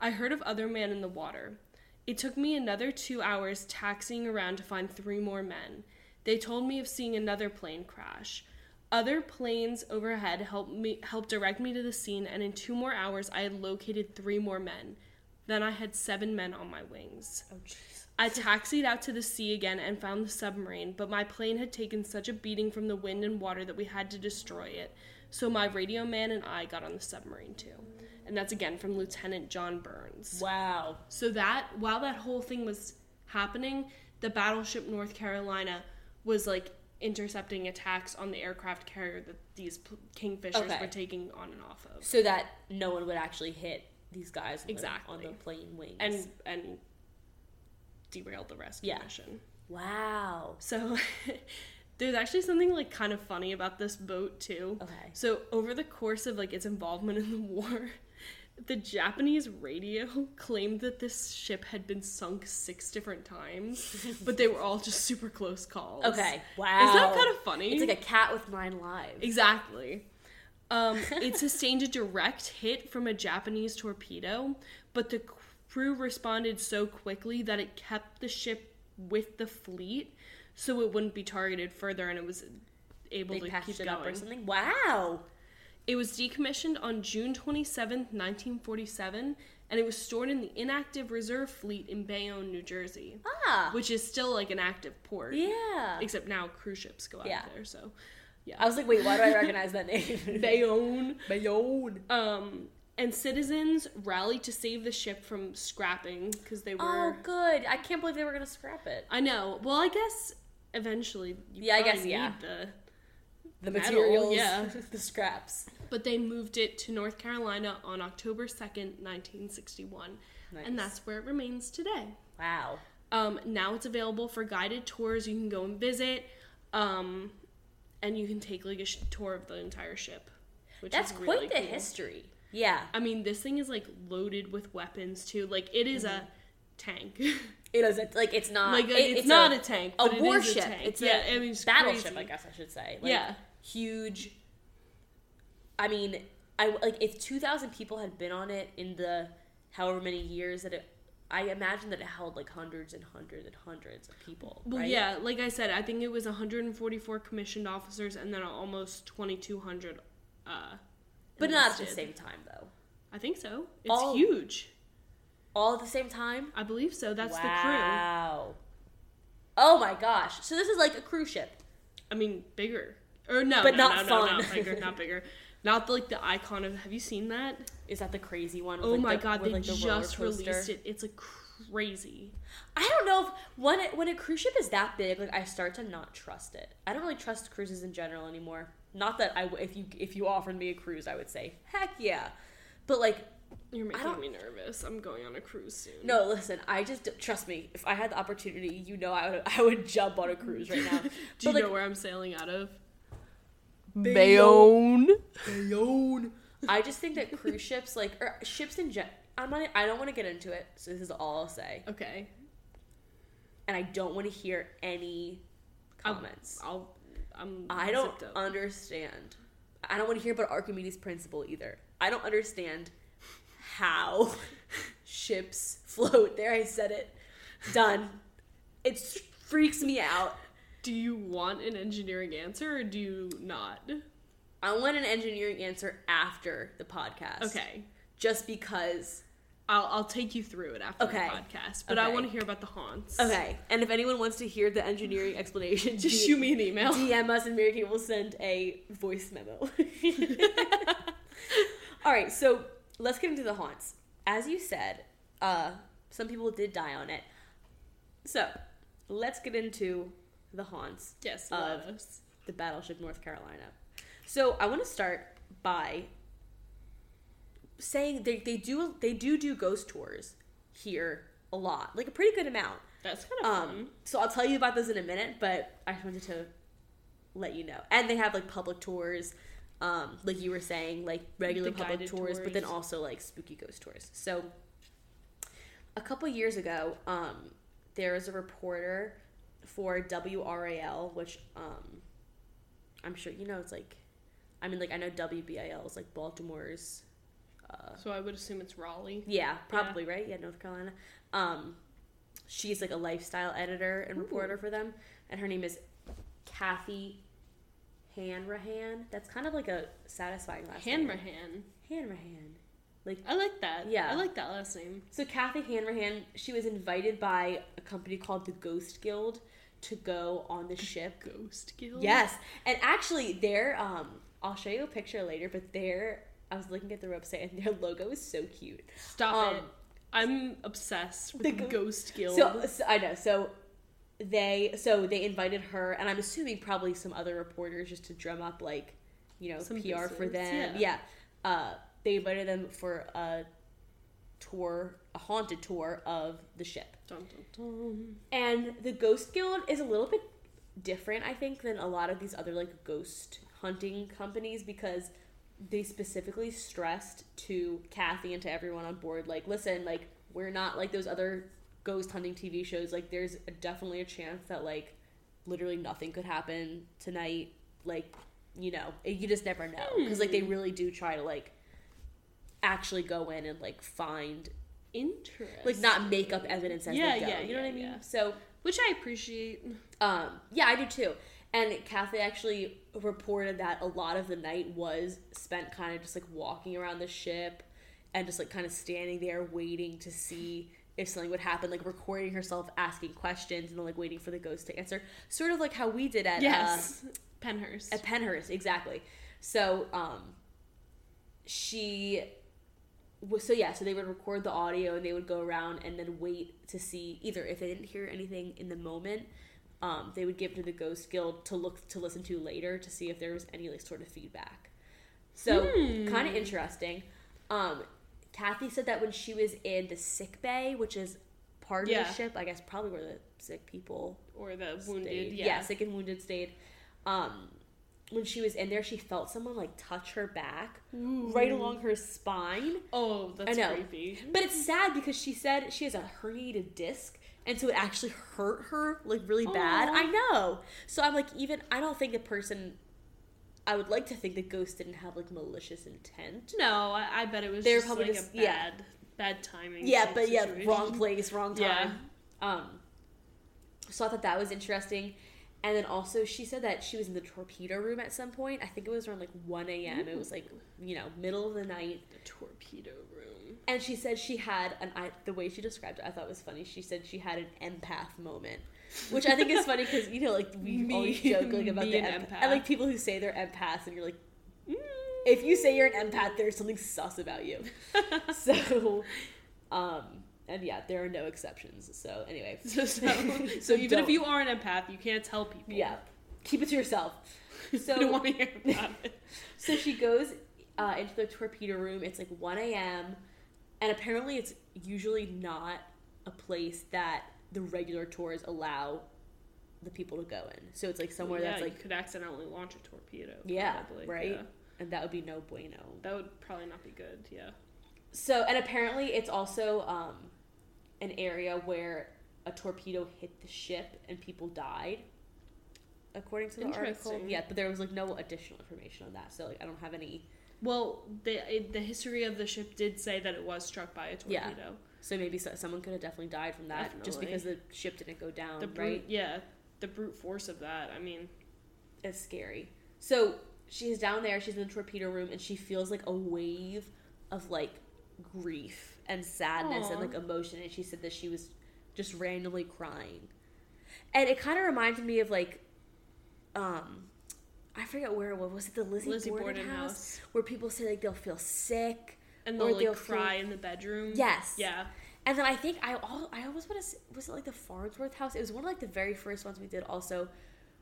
Speaker 1: I heard of other man in the water. It took me another 2 hours taxiing around to find three more men. They told me of seeing another plane crash. Other planes overhead helped me helped direct me to the scene and in 2 more hours I had located three more men. Then I had 7 men on my wings.
Speaker 2: Oh jeez.
Speaker 1: I taxied out to the sea again and found the submarine, but my plane had taken such a beating from the wind and water that we had to destroy it. So my radio man and I got on the submarine too. And that's again from Lieutenant John Burns.
Speaker 2: Wow.
Speaker 1: So that while that whole thing was happening, the battleship North Carolina was like intercepting attacks on the aircraft carrier that these p- kingfishers
Speaker 2: Okay.
Speaker 1: were taking on and off of.
Speaker 2: So that no one would actually hit these guys on the- on
Speaker 1: Exactly.
Speaker 2: the plane wings.
Speaker 1: And and derailed the rescue
Speaker 2: Yeah.
Speaker 1: mission.
Speaker 2: wow.
Speaker 1: So there's actually something like kind of funny about this boat too.
Speaker 2: Okay.
Speaker 1: So over the course of like its involvement in the war, the Japanese radio claimed that this ship had been sunk six different times, but they were all just super close calls.
Speaker 2: Okay. Wow.
Speaker 1: Is that kind of funny?
Speaker 2: It's like a cat with nine lives.
Speaker 1: Exactly. Um, it sustained a direct hit from a Japanese torpedo, but the crew responded so quickly that it kept the ship with the fleet so it wouldn't be targeted further and it was able
Speaker 2: They
Speaker 1: to
Speaker 2: packaged
Speaker 1: keep
Speaker 2: it up or
Speaker 1: going.
Speaker 2: something. Wow.
Speaker 1: It was decommissioned on June 27, 1947, and it was stored in the inactive reserve fleet in Bayonne, New Jersey,
Speaker 2: Ah.
Speaker 1: which is still like an active port.
Speaker 2: yeah.
Speaker 1: Except now cruise ships go out
Speaker 2: Yeah.
Speaker 1: of there, so
Speaker 2: I was like, wait, why do I recognize that name?
Speaker 1: Bayonne.
Speaker 2: Bayonne.
Speaker 1: Um, and citizens rallied to save the ship from scrapping because they
Speaker 2: Oh,
Speaker 1: were.
Speaker 2: good. I can't believe they were gonna scrap it.
Speaker 1: I know. Well, I guess eventually. You
Speaker 2: Yeah, I
Speaker 1: probably
Speaker 2: guess, yeah.
Speaker 1: The,
Speaker 2: The
Speaker 1: Metal,
Speaker 2: materials,
Speaker 1: yeah.
Speaker 2: the scraps.
Speaker 1: but they moved it to North Carolina on October 2nd, 1961.
Speaker 2: Nice.
Speaker 1: And that's where it remains today.
Speaker 2: Wow.
Speaker 1: Um, now it's available for guided tours. You can go and visit, um, and you can take like a sh- tour of the entire ship. Which
Speaker 2: That's
Speaker 1: is
Speaker 2: quite
Speaker 1: really
Speaker 2: the
Speaker 1: cool.
Speaker 2: history. Yeah.
Speaker 1: I mean, this thing is like loaded with weapons too. Like it is
Speaker 2: Mm-hmm.
Speaker 1: a tank.
Speaker 2: It is a, like it's not
Speaker 1: like
Speaker 2: Uh, it-
Speaker 1: it's, not a,
Speaker 2: a,
Speaker 1: tank. but it
Speaker 2: a
Speaker 1: is
Speaker 2: warship.
Speaker 1: tank.
Speaker 2: It's
Speaker 1: yeah.
Speaker 2: a
Speaker 1: I mean, it's
Speaker 2: battleship.
Speaker 1: crazy.
Speaker 2: I guess I should say. Like,
Speaker 1: Yeah.
Speaker 2: huge. I mean, I like if two thousand people had been on it in the however many years that it, I imagine that it held like hundreds and hundreds and hundreds of people.
Speaker 1: Well,
Speaker 2: right?
Speaker 1: yeah. Like I said, I think it was 144 commissioned officers and then almost 2,200. Uh,
Speaker 2: but not at the
Speaker 1: enlisted.
Speaker 2: same time though.
Speaker 1: I think so. It's
Speaker 2: All-
Speaker 1: huge.
Speaker 2: All at the same time.
Speaker 1: I believe so. That's the crew.
Speaker 2: wow. Oh my gosh! So this is like a cruise ship.
Speaker 1: I mean, bigger or no?
Speaker 2: But
Speaker 1: no,
Speaker 2: not
Speaker 1: no, No,
Speaker 2: fun.
Speaker 1: not bigger. Not bigger. Not the, like the icon of. Have you seen that?
Speaker 2: Is that the crazy one? with,
Speaker 1: Oh
Speaker 2: like,
Speaker 1: my
Speaker 2: the-
Speaker 1: god!
Speaker 2: with,
Speaker 1: They
Speaker 2: like, the roller
Speaker 1: just
Speaker 2: coaster?
Speaker 1: released it. It's like crazy.
Speaker 2: I don't know if when it, when a cruise ship is that big, like I start to not trust it. I don't really trust cruises in general anymore. Not that I w- if you if you offered me a cruise, I would say heck yeah. But like
Speaker 1: You're making
Speaker 2: don't-
Speaker 1: me nervous. I'm going on a cruise soon.
Speaker 2: no, listen, I just trust me. If I had the opportunity, you know, I would I would jump on a cruise right now.
Speaker 1: Do you
Speaker 2: but, like,
Speaker 1: know where I'm sailing out of?
Speaker 2: Bayonne. Bayonne. I just think that cruise ships, like or ships in general, I'm not. I don't want to get into it. So this is all I'll say,
Speaker 1: Okay.
Speaker 2: and I don't want to hear any
Speaker 1: I'll-
Speaker 2: comments.
Speaker 1: I'll. I'm.
Speaker 2: I don't
Speaker 1: zipped up.
Speaker 2: understand. I don't want to hear about Archimedes' principle either. I don't understand how ships float. There, I said it. Done. It s- freaks me out.
Speaker 1: Do you want an engineering answer or do you not?
Speaker 2: I want an engineering answer after the podcast.
Speaker 1: Okay.
Speaker 2: Just because.
Speaker 1: I'll, I'll take you through it after
Speaker 2: Okay.
Speaker 1: the podcast, but I
Speaker 2: Okay.
Speaker 1: want to hear about the haunts.
Speaker 2: Okay. And if anyone wants to hear the engineering explanation,
Speaker 1: Just
Speaker 2: D-
Speaker 1: shoot me an email.
Speaker 2: DM us and Mary Kate will send a voice memo. All right, so let's get into the haunts. As you said, uh, some people did die on it. So let's get into the haunts
Speaker 1: yes,
Speaker 2: Of-
Speaker 1: let us.
Speaker 2: the battleship North Carolina. So I want to start by saying they, they do they do do ghost tours here a lot, like a pretty good amount.
Speaker 1: That's kind of fun.
Speaker 2: Um, so I'll tell you about this in a minute, but I just wanted to let you know. And they have like public tours, um, like you were saying, like regular
Speaker 1: The
Speaker 2: public
Speaker 1: guided
Speaker 2: tours, but then
Speaker 1: tours.
Speaker 2: also like spooky ghost tours. So a couple years ago, um, there was a reporter for WRAL, which um, I'm sure you know it's like, I mean, like I know WBIL is like Baltimore's uh,
Speaker 1: So I would assume it's Raleigh.
Speaker 2: yeah, probably right. Yeah, North Carolina. Um, she's like a lifestyle editor and reporter for them, and her name is Kathy Hanrahan. That's kind of like a satisfying last name.
Speaker 1: Hanrahan.
Speaker 2: Hanrahan. Like
Speaker 1: I like that.
Speaker 2: Yeah.
Speaker 1: I like that last name.
Speaker 2: so, Kathy Hanrahan. She was invited by a company called the Ghost Guild to go on the ship
Speaker 1: Ghost Guild.
Speaker 2: Yes, and actually, their um, I'll show you a picture later, but their I was looking at their website and their logo is so cute.
Speaker 1: Stop
Speaker 2: Um,
Speaker 1: it. I'm obsessed with
Speaker 2: the
Speaker 1: the,
Speaker 2: go-
Speaker 1: Ghost Guild.
Speaker 2: So, so I know. So they so they invited her, and I'm assuming probably some other reporters just to drum up like you know
Speaker 1: Some
Speaker 2: PR for
Speaker 1: business,
Speaker 2: them. Yeah.
Speaker 1: yeah.
Speaker 2: Uh, they invited them for a tour, a haunted tour of the ship.
Speaker 1: Dun, dun, dun.
Speaker 2: And the Ghost Guild is a little bit different, I think, than a lot of these other like ghost hunting companies because they specifically stressed to Kathy and to everyone on board, like, listen, like, we're not like those other ghost hunting TV shows. Like, there's definitely a chance that like literally nothing could happen tonight. Like, you know, eh, you just never know because like they really do try to like actually go in and like find
Speaker 1: Interesting.
Speaker 2: like not make up evidence as
Speaker 1: Yeah,
Speaker 2: they go.
Speaker 1: yeah,
Speaker 2: you know what I
Speaker 1: yeah,
Speaker 2: mean?
Speaker 1: yeah.
Speaker 2: So
Speaker 1: Which I appreciate.
Speaker 2: um, yeah, I do too. And Kathy actually reported that a lot of the night was spent kind of just like walking around the ship and just like kind of standing there waiting to see if something would happen, like recording herself asking questions and then like waiting for the ghost to answer. Sort of like how we did at um,
Speaker 1: yes, Penhurst.
Speaker 2: uh, at Penhurst, exactly. So um she was so yeah, so they would record the audio and they would go around and then wait to see either if they didn't hear anything in the moment, um, they would give to the ghost guild to look to listen to later to see if there was any like sort of feedback. So
Speaker 1: Hmm.
Speaker 2: kind of interesting. Um, Kathy said that when she was in the sick bay, which is part
Speaker 1: Yeah.
Speaker 2: of the ship, I guess probably where the sick people
Speaker 1: or the wounded.
Speaker 2: stayed.
Speaker 1: Yeah.
Speaker 2: sick and wounded stayed. Um, when she was in there, she felt someone like touch her back right
Speaker 1: Mm-hmm.
Speaker 2: along her spine.
Speaker 1: Oh, that's
Speaker 2: I know.
Speaker 1: creepy.
Speaker 2: But it's sad because she said she has a herniated disc, and so it actually hurt her like really bad.
Speaker 1: Aw.
Speaker 2: I know. So I'm like, even I don't think the person. I would like to think the ghost didn't have like malicious intent.
Speaker 1: No, I, I bet it was.
Speaker 2: They were
Speaker 1: just
Speaker 2: probably
Speaker 1: like
Speaker 2: just-
Speaker 1: a bad,
Speaker 2: yeah.
Speaker 1: bad timing.
Speaker 2: yeah,
Speaker 1: type
Speaker 2: but yeah,
Speaker 1: situation.
Speaker 2: wrong place, wrong
Speaker 1: Yeah.
Speaker 2: time. Um, so I thought that was interesting. And then also, she said that she was in the torpedo room at some point. I think it was around like 1 a.m. It was like, you know, middle of the night.
Speaker 1: The torpedo room.
Speaker 2: And she said she had an, I, the way she described it, I thought was funny. She said she had an empath moment, which I think is funny because, you know, like we
Speaker 1: Me-
Speaker 2: always joke like, about
Speaker 1: me
Speaker 2: the
Speaker 1: an
Speaker 2: empath.
Speaker 1: empath.
Speaker 2: And like people who say they're empaths, and you're like, if you say you're an empath, there's something sus about you.
Speaker 1: Mm.
Speaker 2: so, um, and yeah, there are no exceptions. So anyway,
Speaker 1: So, so, so, even if
Speaker 2: don't-
Speaker 1: you are an empath, you can't tell people.
Speaker 2: yeah, keep it to yourself.
Speaker 1: So, don't
Speaker 2: So,
Speaker 1: want to hear about it.
Speaker 2: so she goes uh, into the torpedo room. It's like 1 a.m. and apparently it's usually not a place that the regular tours allow the people to go in. So it's like somewhere
Speaker 1: yeah,
Speaker 2: that's
Speaker 1: you
Speaker 2: like,
Speaker 1: could accidentally launch a torpedo.
Speaker 2: yeah,
Speaker 1: probably,
Speaker 2: right,
Speaker 1: yeah.
Speaker 2: and that would be no bueno.
Speaker 1: That would probably not be good. Yeah.
Speaker 2: So, and apparently it's also um, an area where a torpedo hit the ship and people died, according to the article.
Speaker 1: Interesting.
Speaker 2: Yeah, but there was like no additional information on that, so like I don't have any.
Speaker 1: Well, the it, the history of the ship did say that it was struck by a
Speaker 2: Yeah.
Speaker 1: torpedo.
Speaker 2: So maybe so- someone could have definitely died from that just
Speaker 1: Definitely.
Speaker 2: because the ship didn't go down,
Speaker 1: The brute,
Speaker 2: Um, right?
Speaker 1: yeah, the brute force of that. I mean,
Speaker 2: It's scary. So she's down there, she's in the torpedo room, and she feels like a wave of like grief and sadness and
Speaker 1: Aw.
Speaker 2: like emotion. And she said that she was just randomly crying. And it kind of reminded me of like, um, I forget where it was. Was it the Lizzie,
Speaker 1: Lizzie
Speaker 2: Borden,
Speaker 1: Borden
Speaker 2: house?
Speaker 1: House.
Speaker 2: Where people say like they'll feel sick.
Speaker 1: and
Speaker 2: Or
Speaker 1: they'll
Speaker 2: they'll
Speaker 1: like cry in the bedroom.
Speaker 2: Yes.
Speaker 1: Yeah.
Speaker 2: And then I think I all I always want to s- was it like the Farnsworth house? It was one of like the very first ones we did also,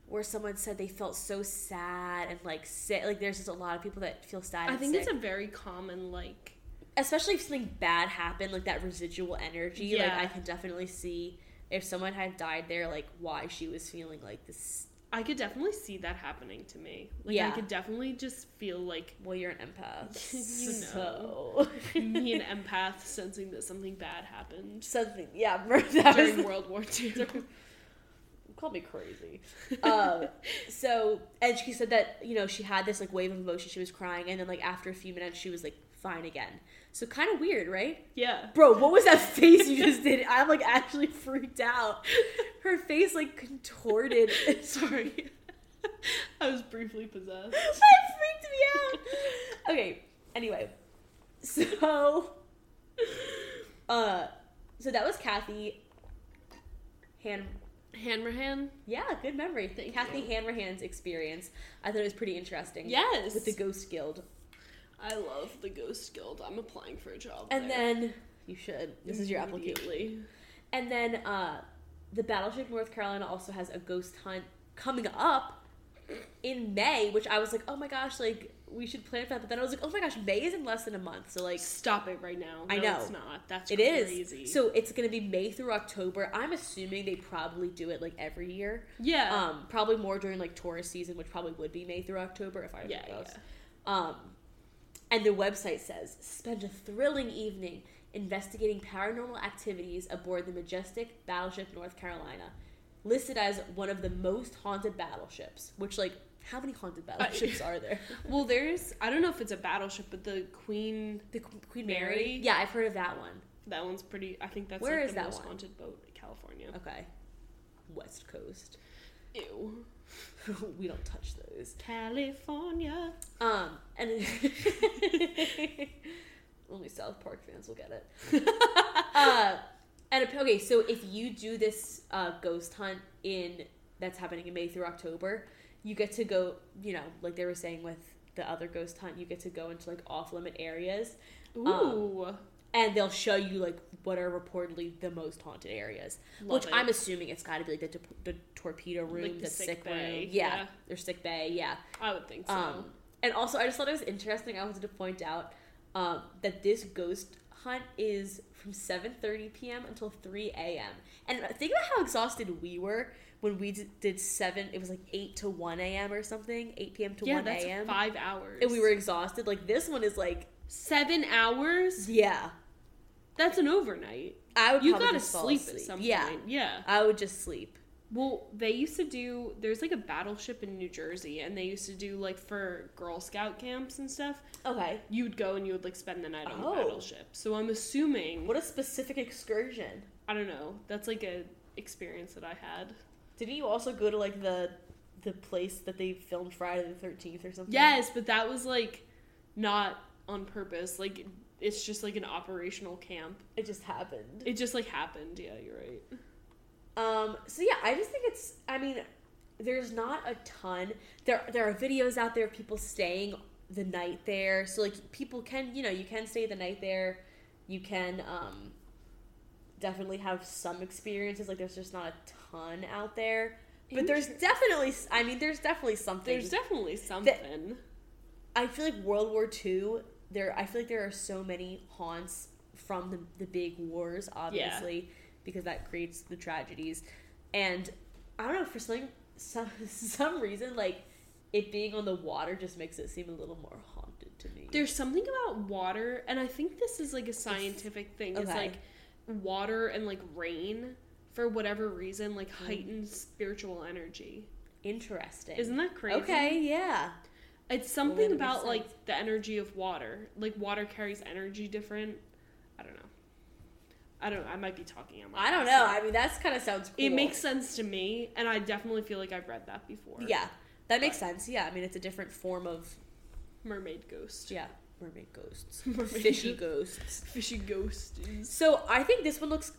Speaker 2: where someone said they felt so sad and like sick. Like there's just a lot of people that feel sad.
Speaker 1: I
Speaker 2: and
Speaker 1: think
Speaker 2: sick.
Speaker 1: it's a very common like
Speaker 2: especially if something bad happened, like that residual energy.
Speaker 1: Yeah.
Speaker 2: Like I can definitely see if someone had died there, like why she was feeling like this.
Speaker 1: I could definitely see that happening to me. Like I
Speaker 2: Yeah.
Speaker 1: could definitely just feel like
Speaker 2: Well, you're an empath,
Speaker 1: You
Speaker 2: so
Speaker 1: me an empath sensing that something bad happened
Speaker 2: something. Yeah, that was
Speaker 1: during World War II.
Speaker 2: call me crazy. um, so, and she said that you know she had this like wave of emotion. She was crying, and then like after a few minutes, she was like fine again. So kind of weird, right?
Speaker 1: yeah.
Speaker 2: Bro, what was that face you just did? I'm like actually freaked out. Her face like contorted. it
Speaker 1: Sorry. I was briefly possessed.
Speaker 2: freaked me out. Okay. Anyway, so uh, so that was Kathy. Hand
Speaker 1: Hanrahan?
Speaker 2: Yeah, good memory.
Speaker 1: Thank
Speaker 2: Kathy
Speaker 1: you.
Speaker 2: Hanrahan's experience. I thought it was pretty interesting.
Speaker 1: Yes.
Speaker 2: With the Ghost Guild.
Speaker 1: I love the Ghost Guild. I'm applying for a job.
Speaker 2: And
Speaker 1: Oh, there. Mm-hmm.
Speaker 2: then you should. This is your application.
Speaker 1: Immediately.
Speaker 2: And then uh the Battleship North Carolina also has a ghost hunt coming up in May, which I was like, oh my gosh, like we should plan for that. But then I was like, oh my gosh, May is in less than a month. So like
Speaker 1: Stop it right now.
Speaker 2: I
Speaker 1: No,
Speaker 2: know.
Speaker 1: it's not. That's
Speaker 2: it is.
Speaker 1: crazy.
Speaker 2: So it's gonna be May through October. I'm assuming they probably do it like every year.
Speaker 1: yeah,
Speaker 2: Um, probably more during like tourist season, which probably would be May through October if I
Speaker 1: yeah, yeah.
Speaker 2: was. Um, and their website says spend a thrilling evening investigating paranormal activities aboard the majestic battleship North Carolina, listed as one of the most haunted battleships. Which, like, how many haunted battleships are there?
Speaker 1: Well, there's I don't know if it's a battleship, but the Queen
Speaker 2: The Qu- Queen
Speaker 1: Mary?
Speaker 2: Mary? Yeah, I've heard of that one.
Speaker 1: that one's pretty. I think that's
Speaker 2: Where
Speaker 1: like
Speaker 2: is
Speaker 1: the
Speaker 2: that
Speaker 1: most
Speaker 2: one?
Speaker 1: haunted boat in California.
Speaker 2: Okay, West Coast.
Speaker 1: Ew.
Speaker 2: we don't touch those.
Speaker 1: California.
Speaker 2: Um, and only South Park fans will get it. uh, and ap- okay, so if you do this uh, ghost hunt in that's happening in May through October, you get to go. You know, like they were saying with the other ghost hunt, you get to go into like off limit areas,
Speaker 1: Ooh.
Speaker 2: Um, and they'll show you like what are reportedly the most haunted areas.
Speaker 1: Love
Speaker 2: which
Speaker 1: it.
Speaker 2: I'm assuming it's got to be like the, to- the torpedo room,
Speaker 1: Like the
Speaker 2: the,
Speaker 1: sick
Speaker 2: sick,
Speaker 1: bay,
Speaker 2: room, yeah,
Speaker 1: yeah.
Speaker 2: or sick bay, yeah.
Speaker 1: I would think so.
Speaker 2: Um, and also, I just thought it was interesting. I wanted to point out um, that this ghost hunt is from 7:30 p.m. until 3 a.m. And think about how exhausted we were when we d- did seven. It was like eight to 1 a.m. or something, 8 p.m. to
Speaker 1: yeah,
Speaker 2: 1
Speaker 1: that's
Speaker 2: a.m.
Speaker 1: five hours.
Speaker 2: And we were exhausted. Like this one is like,
Speaker 1: seven hours.
Speaker 2: yeah,
Speaker 1: That's an overnight.
Speaker 2: I would.
Speaker 1: You
Speaker 2: probably
Speaker 1: gotta
Speaker 2: just fall
Speaker 1: sleep at
Speaker 2: asleep.
Speaker 1: some
Speaker 2: Yeah,
Speaker 1: point. Yeah.
Speaker 2: I would just sleep.
Speaker 1: Well, they used to do. There's like a battleship in New Jersey, and they used to do like for Girl Scout camps and stuff.
Speaker 2: Okay,
Speaker 1: You would go and you would like spend the night on
Speaker 2: Oh.
Speaker 1: the battleship. So I'm assuming.
Speaker 2: what a specific excursion.
Speaker 1: I don't know. That's like a experience that I had.
Speaker 2: Didn't you also go to like the the place that they filmed Friday the Thirteenth or something?
Speaker 1: Yes, but that was like not on purpose. Like it's just like an operational camp.
Speaker 2: It just happened.
Speaker 1: It just like happened. Yeah, you're right.
Speaker 2: Um, so yeah, I just think it's. I mean, there's not a ton. There there are videos out there of people staying the night there. So like people can you know you can stay the night there. You can um, definitely have some experiences. Like there's just not a ton out there. But there's
Speaker 1: Inter-
Speaker 2: definitely, s- I mean, there's definitely something.
Speaker 1: There's definitely something.
Speaker 2: I feel like World War II. There, I feel like there are so many haunts from the the big wars, obviously, because that creates the tragedies. And I don't know for some some some reason, like it being on the water just makes it seem a little more haunted to me.
Speaker 1: There's something about water, and I think this is like a scientific thing. It's
Speaker 2: Okay.
Speaker 1: like water and like rain, for whatever reason, like
Speaker 2: Hmm.
Speaker 1: heightens spiritual energy.
Speaker 2: Interesting.
Speaker 1: Isn't that crazy?
Speaker 2: Eh. okay? Yeah.
Speaker 1: It's
Speaker 2: Well,
Speaker 1: something
Speaker 2: that makes
Speaker 1: about
Speaker 2: sense.
Speaker 1: like the energy of water. Like water carries energy different. I don't know. I don't. I might be talking. on my
Speaker 2: I don't
Speaker 1: ass
Speaker 2: know.
Speaker 1: here.
Speaker 2: I mean, that's kind of sounds. Cool.
Speaker 1: it makes sense to me, and I definitely feel like I've read that before.
Speaker 2: Yeah, that makes sense. Yeah, I mean, it's a different form of
Speaker 1: mermaid ghost,
Speaker 2: yeah mermaid ghosts,
Speaker 1: Mermaid
Speaker 2: fishy ghosts.
Speaker 1: fishy ghost is
Speaker 2: So I think this one looks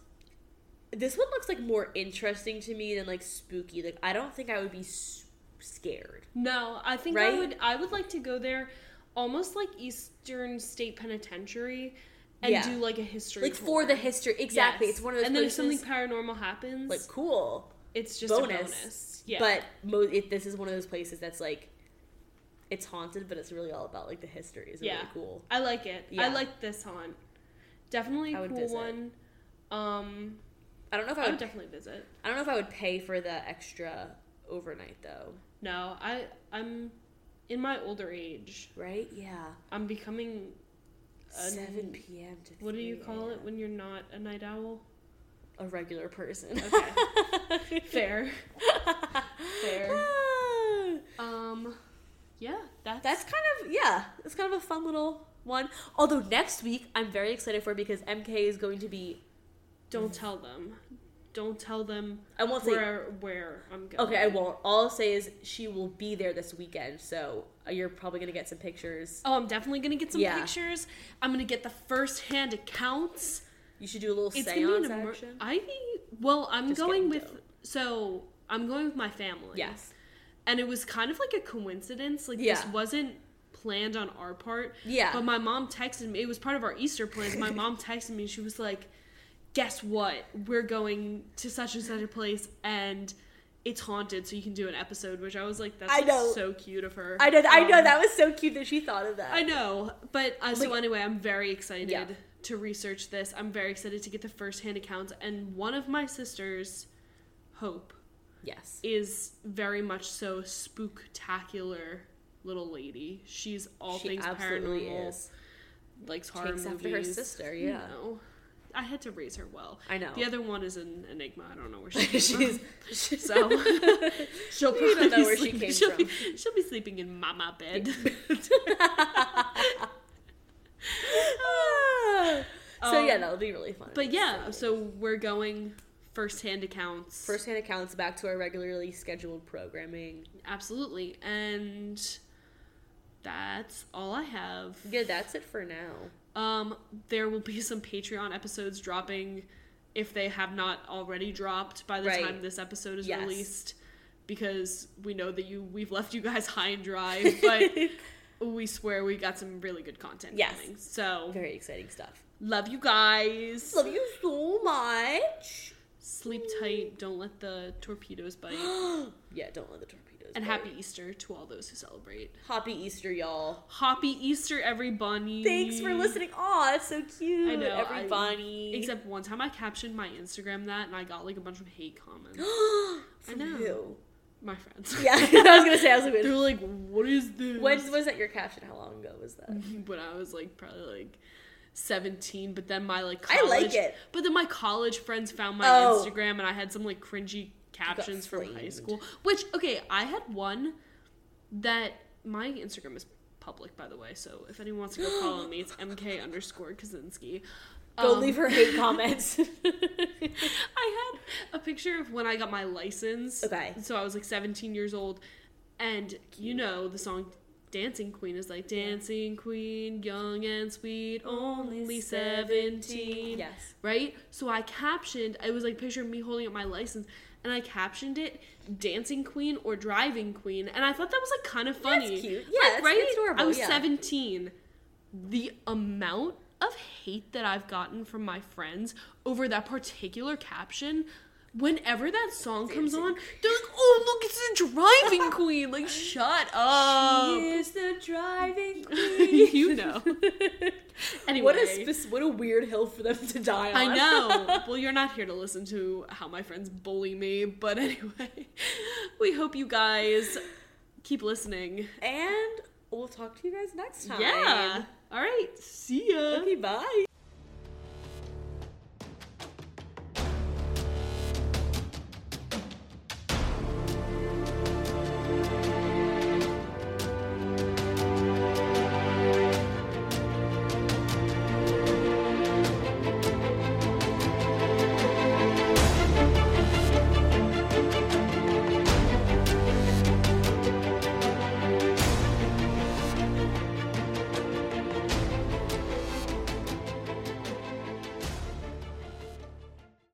Speaker 2: this one looks like more interesting to me than like spooky. Like I don't think I would be s- scared.
Speaker 1: No, I think I
Speaker 2: Right?
Speaker 1: would. I would like to go there, almost like Eastern State Penitentiary, and
Speaker 2: Yeah.
Speaker 1: do like a history
Speaker 2: Like for
Speaker 1: tour.
Speaker 2: the history, exactly.
Speaker 1: Yes.
Speaker 2: It's one of those
Speaker 1: And then
Speaker 2: places,
Speaker 1: if something paranormal happens,
Speaker 2: like cool,
Speaker 1: it's just a
Speaker 2: bonus,
Speaker 1: bonus. Yeah,
Speaker 2: but mo- it, this is one of those places that's like it's haunted, but it's really all about like the history. Is
Speaker 1: Yeah.
Speaker 2: really cool.
Speaker 1: I like it. I
Speaker 2: Yeah.
Speaker 1: like this haunt. Definitely
Speaker 2: I
Speaker 1: a
Speaker 2: would
Speaker 1: cool
Speaker 2: visit.
Speaker 1: one. Um,
Speaker 2: I don't know if
Speaker 1: I
Speaker 2: I
Speaker 1: would
Speaker 2: would.
Speaker 1: definitely visit.
Speaker 2: I don't know if I would pay for the extra overnight though.
Speaker 1: No, I I'm in my older age.
Speaker 2: Right? Yeah.
Speaker 1: I'm becoming a-
Speaker 2: Seven p.m. to
Speaker 1: What do you
Speaker 2: 3
Speaker 1: call it
Speaker 2: a.m..
Speaker 1: when you're not a night owl?
Speaker 2: A regular person.
Speaker 1: Okay. Fair. Fair.
Speaker 2: Ah.
Speaker 1: Um, yeah, that's
Speaker 2: That's kind of yeah. It's kind of a fun little one. Although next week I'm very excited for because MK is going to be.
Speaker 1: Don't tell them. Don't tell them
Speaker 2: I won't say.
Speaker 1: where where I'm going.
Speaker 2: Okay, I won't. All I'll say is she will be there this weekend, so uh, you're probably gonna get some pictures.
Speaker 1: Oh, I'm definitely gonna get some
Speaker 2: Yeah.
Speaker 1: pictures. I'm gonna get the first hand accounts.
Speaker 2: You should do a little
Speaker 1: It's gonna
Speaker 2: seance
Speaker 1: be an emer-
Speaker 2: action.
Speaker 1: I think. Well, I'm
Speaker 2: Just
Speaker 1: going
Speaker 2: kidding,
Speaker 1: with. So I'm going with my family.
Speaker 2: Yes.
Speaker 1: And it was kind of like a coincidence. Like this
Speaker 2: Yeah.
Speaker 1: wasn't planned on our part.
Speaker 2: Yeah.
Speaker 1: But my mom texted me. It was part of our Easter plans. My mom texted me. and She was like, "Guess what? We're going to such and such a place, and it's haunted, so you can do an episode." Which I was like, "That's
Speaker 2: I
Speaker 1: like,
Speaker 2: know.
Speaker 1: so cute of her."
Speaker 2: I know. I know
Speaker 1: Um,
Speaker 2: that was so cute that she thought of that.
Speaker 1: I know, but uh, so
Speaker 2: Like-
Speaker 1: anyway, I'm very excited
Speaker 2: Yeah.
Speaker 1: to research this. I'm very excited to get the firsthand accounts, and one of my sisters, Hope,
Speaker 2: Yes.
Speaker 1: is very much so spooktacular little lady. She's all
Speaker 2: she
Speaker 1: things
Speaker 2: absolutely
Speaker 1: paranormal,
Speaker 2: is.
Speaker 1: likes horror
Speaker 2: Takes
Speaker 1: movies.
Speaker 2: after her sister.
Speaker 1: You
Speaker 2: Yeah.
Speaker 1: know, I had to raise her well.
Speaker 2: I know.
Speaker 1: The other one is an enigma. I don't know where she's from.
Speaker 2: she's. she's
Speaker 1: So she'll
Speaker 2: We
Speaker 1: probably
Speaker 2: don't know where she
Speaker 1: sleep-
Speaker 2: came
Speaker 1: she'll Be, she'll be sleeping in mama bed.
Speaker 2: Ah. so yeah,
Speaker 1: Um,
Speaker 2: that'll be really fun.
Speaker 1: Um, But yeah, so we're going firsthand accounts.
Speaker 2: First-hand accounts back to our regularly scheduled programming.
Speaker 1: Absolutely. And that's all I have.
Speaker 2: Yeah, that's it for now.
Speaker 1: Um, there will be some Patreon episodes dropping if they have not already dropped by the
Speaker 2: Right.
Speaker 1: time this episode is
Speaker 2: Yes.
Speaker 1: released because we know that you we've left you guys high and dry, but we swear we got some really good content
Speaker 2: Yes.
Speaker 1: coming. So,
Speaker 2: Very exciting stuff.
Speaker 1: love you guys.
Speaker 2: Love you so much.
Speaker 1: Sleep tight, don't let the torpedoes bite.
Speaker 2: yeah, don't let the torpedoes.
Speaker 1: And
Speaker 2: bite.
Speaker 1: happy Easter to all those who celebrate.
Speaker 2: happy Easter, y'all.
Speaker 1: Happy Easter, everybody.
Speaker 2: Thanks for listening. Aw, it's so cute.
Speaker 1: I know, I-
Speaker 2: everybody.
Speaker 1: Except one time I captioned my Instagram that and I got like a bunch of hate comments.
Speaker 2: I
Speaker 1: know. My friends.
Speaker 2: Yeah, I was gonna say I was
Speaker 1: They
Speaker 2: like,
Speaker 1: were like, what is this?
Speaker 2: when was that your caption? How long ago was that?
Speaker 1: when I was like probably like 17, but then my like
Speaker 2: I
Speaker 1: college,
Speaker 2: like it.
Speaker 1: But then my college friends found my
Speaker 2: Oh.
Speaker 1: Instagram and I had some like cringy captions from high
Speaker 2: flamed.
Speaker 1: school. Which okay, I had one that my Instagram is public by the way, so if anyone wants to go follow me, it's mk underscore Kaczynski.
Speaker 2: Go
Speaker 1: Um,
Speaker 2: leave her hate comments.
Speaker 1: I had a picture of when I got my license.
Speaker 2: Okay.
Speaker 1: So I was like 17 years old, and you know the song "Dancing Queen" is like "Dancing Queen, young and sweet, only 17."
Speaker 2: Yes.
Speaker 1: Right. So I captioned. It was like a picture of me holding up my license, and I captioned it "Dancing Queen" or "Driving Queen," and I thought that was like kind of funny.
Speaker 2: cute.
Speaker 1: Like,
Speaker 2: Yeah, it's-
Speaker 1: right.
Speaker 2: it's adorable,
Speaker 1: I was
Speaker 2: yeah.
Speaker 1: 17. The amount of hate that I've gotten from my friends over that particular caption. Whenever that song comes on, they're like, "Oh, look, it's the driving queen!" Like, shut up.
Speaker 2: is the driving
Speaker 1: you know. Anyway,
Speaker 2: What a spec- what a weird hill for them to die on.
Speaker 1: I know. well, you're not here to listen to how my friends bully me, but anyway, we hope you guys keep listening.
Speaker 2: and we'll talk to you guys next time.
Speaker 1: Yeah. All right. See ya.
Speaker 2: Okay. Bye.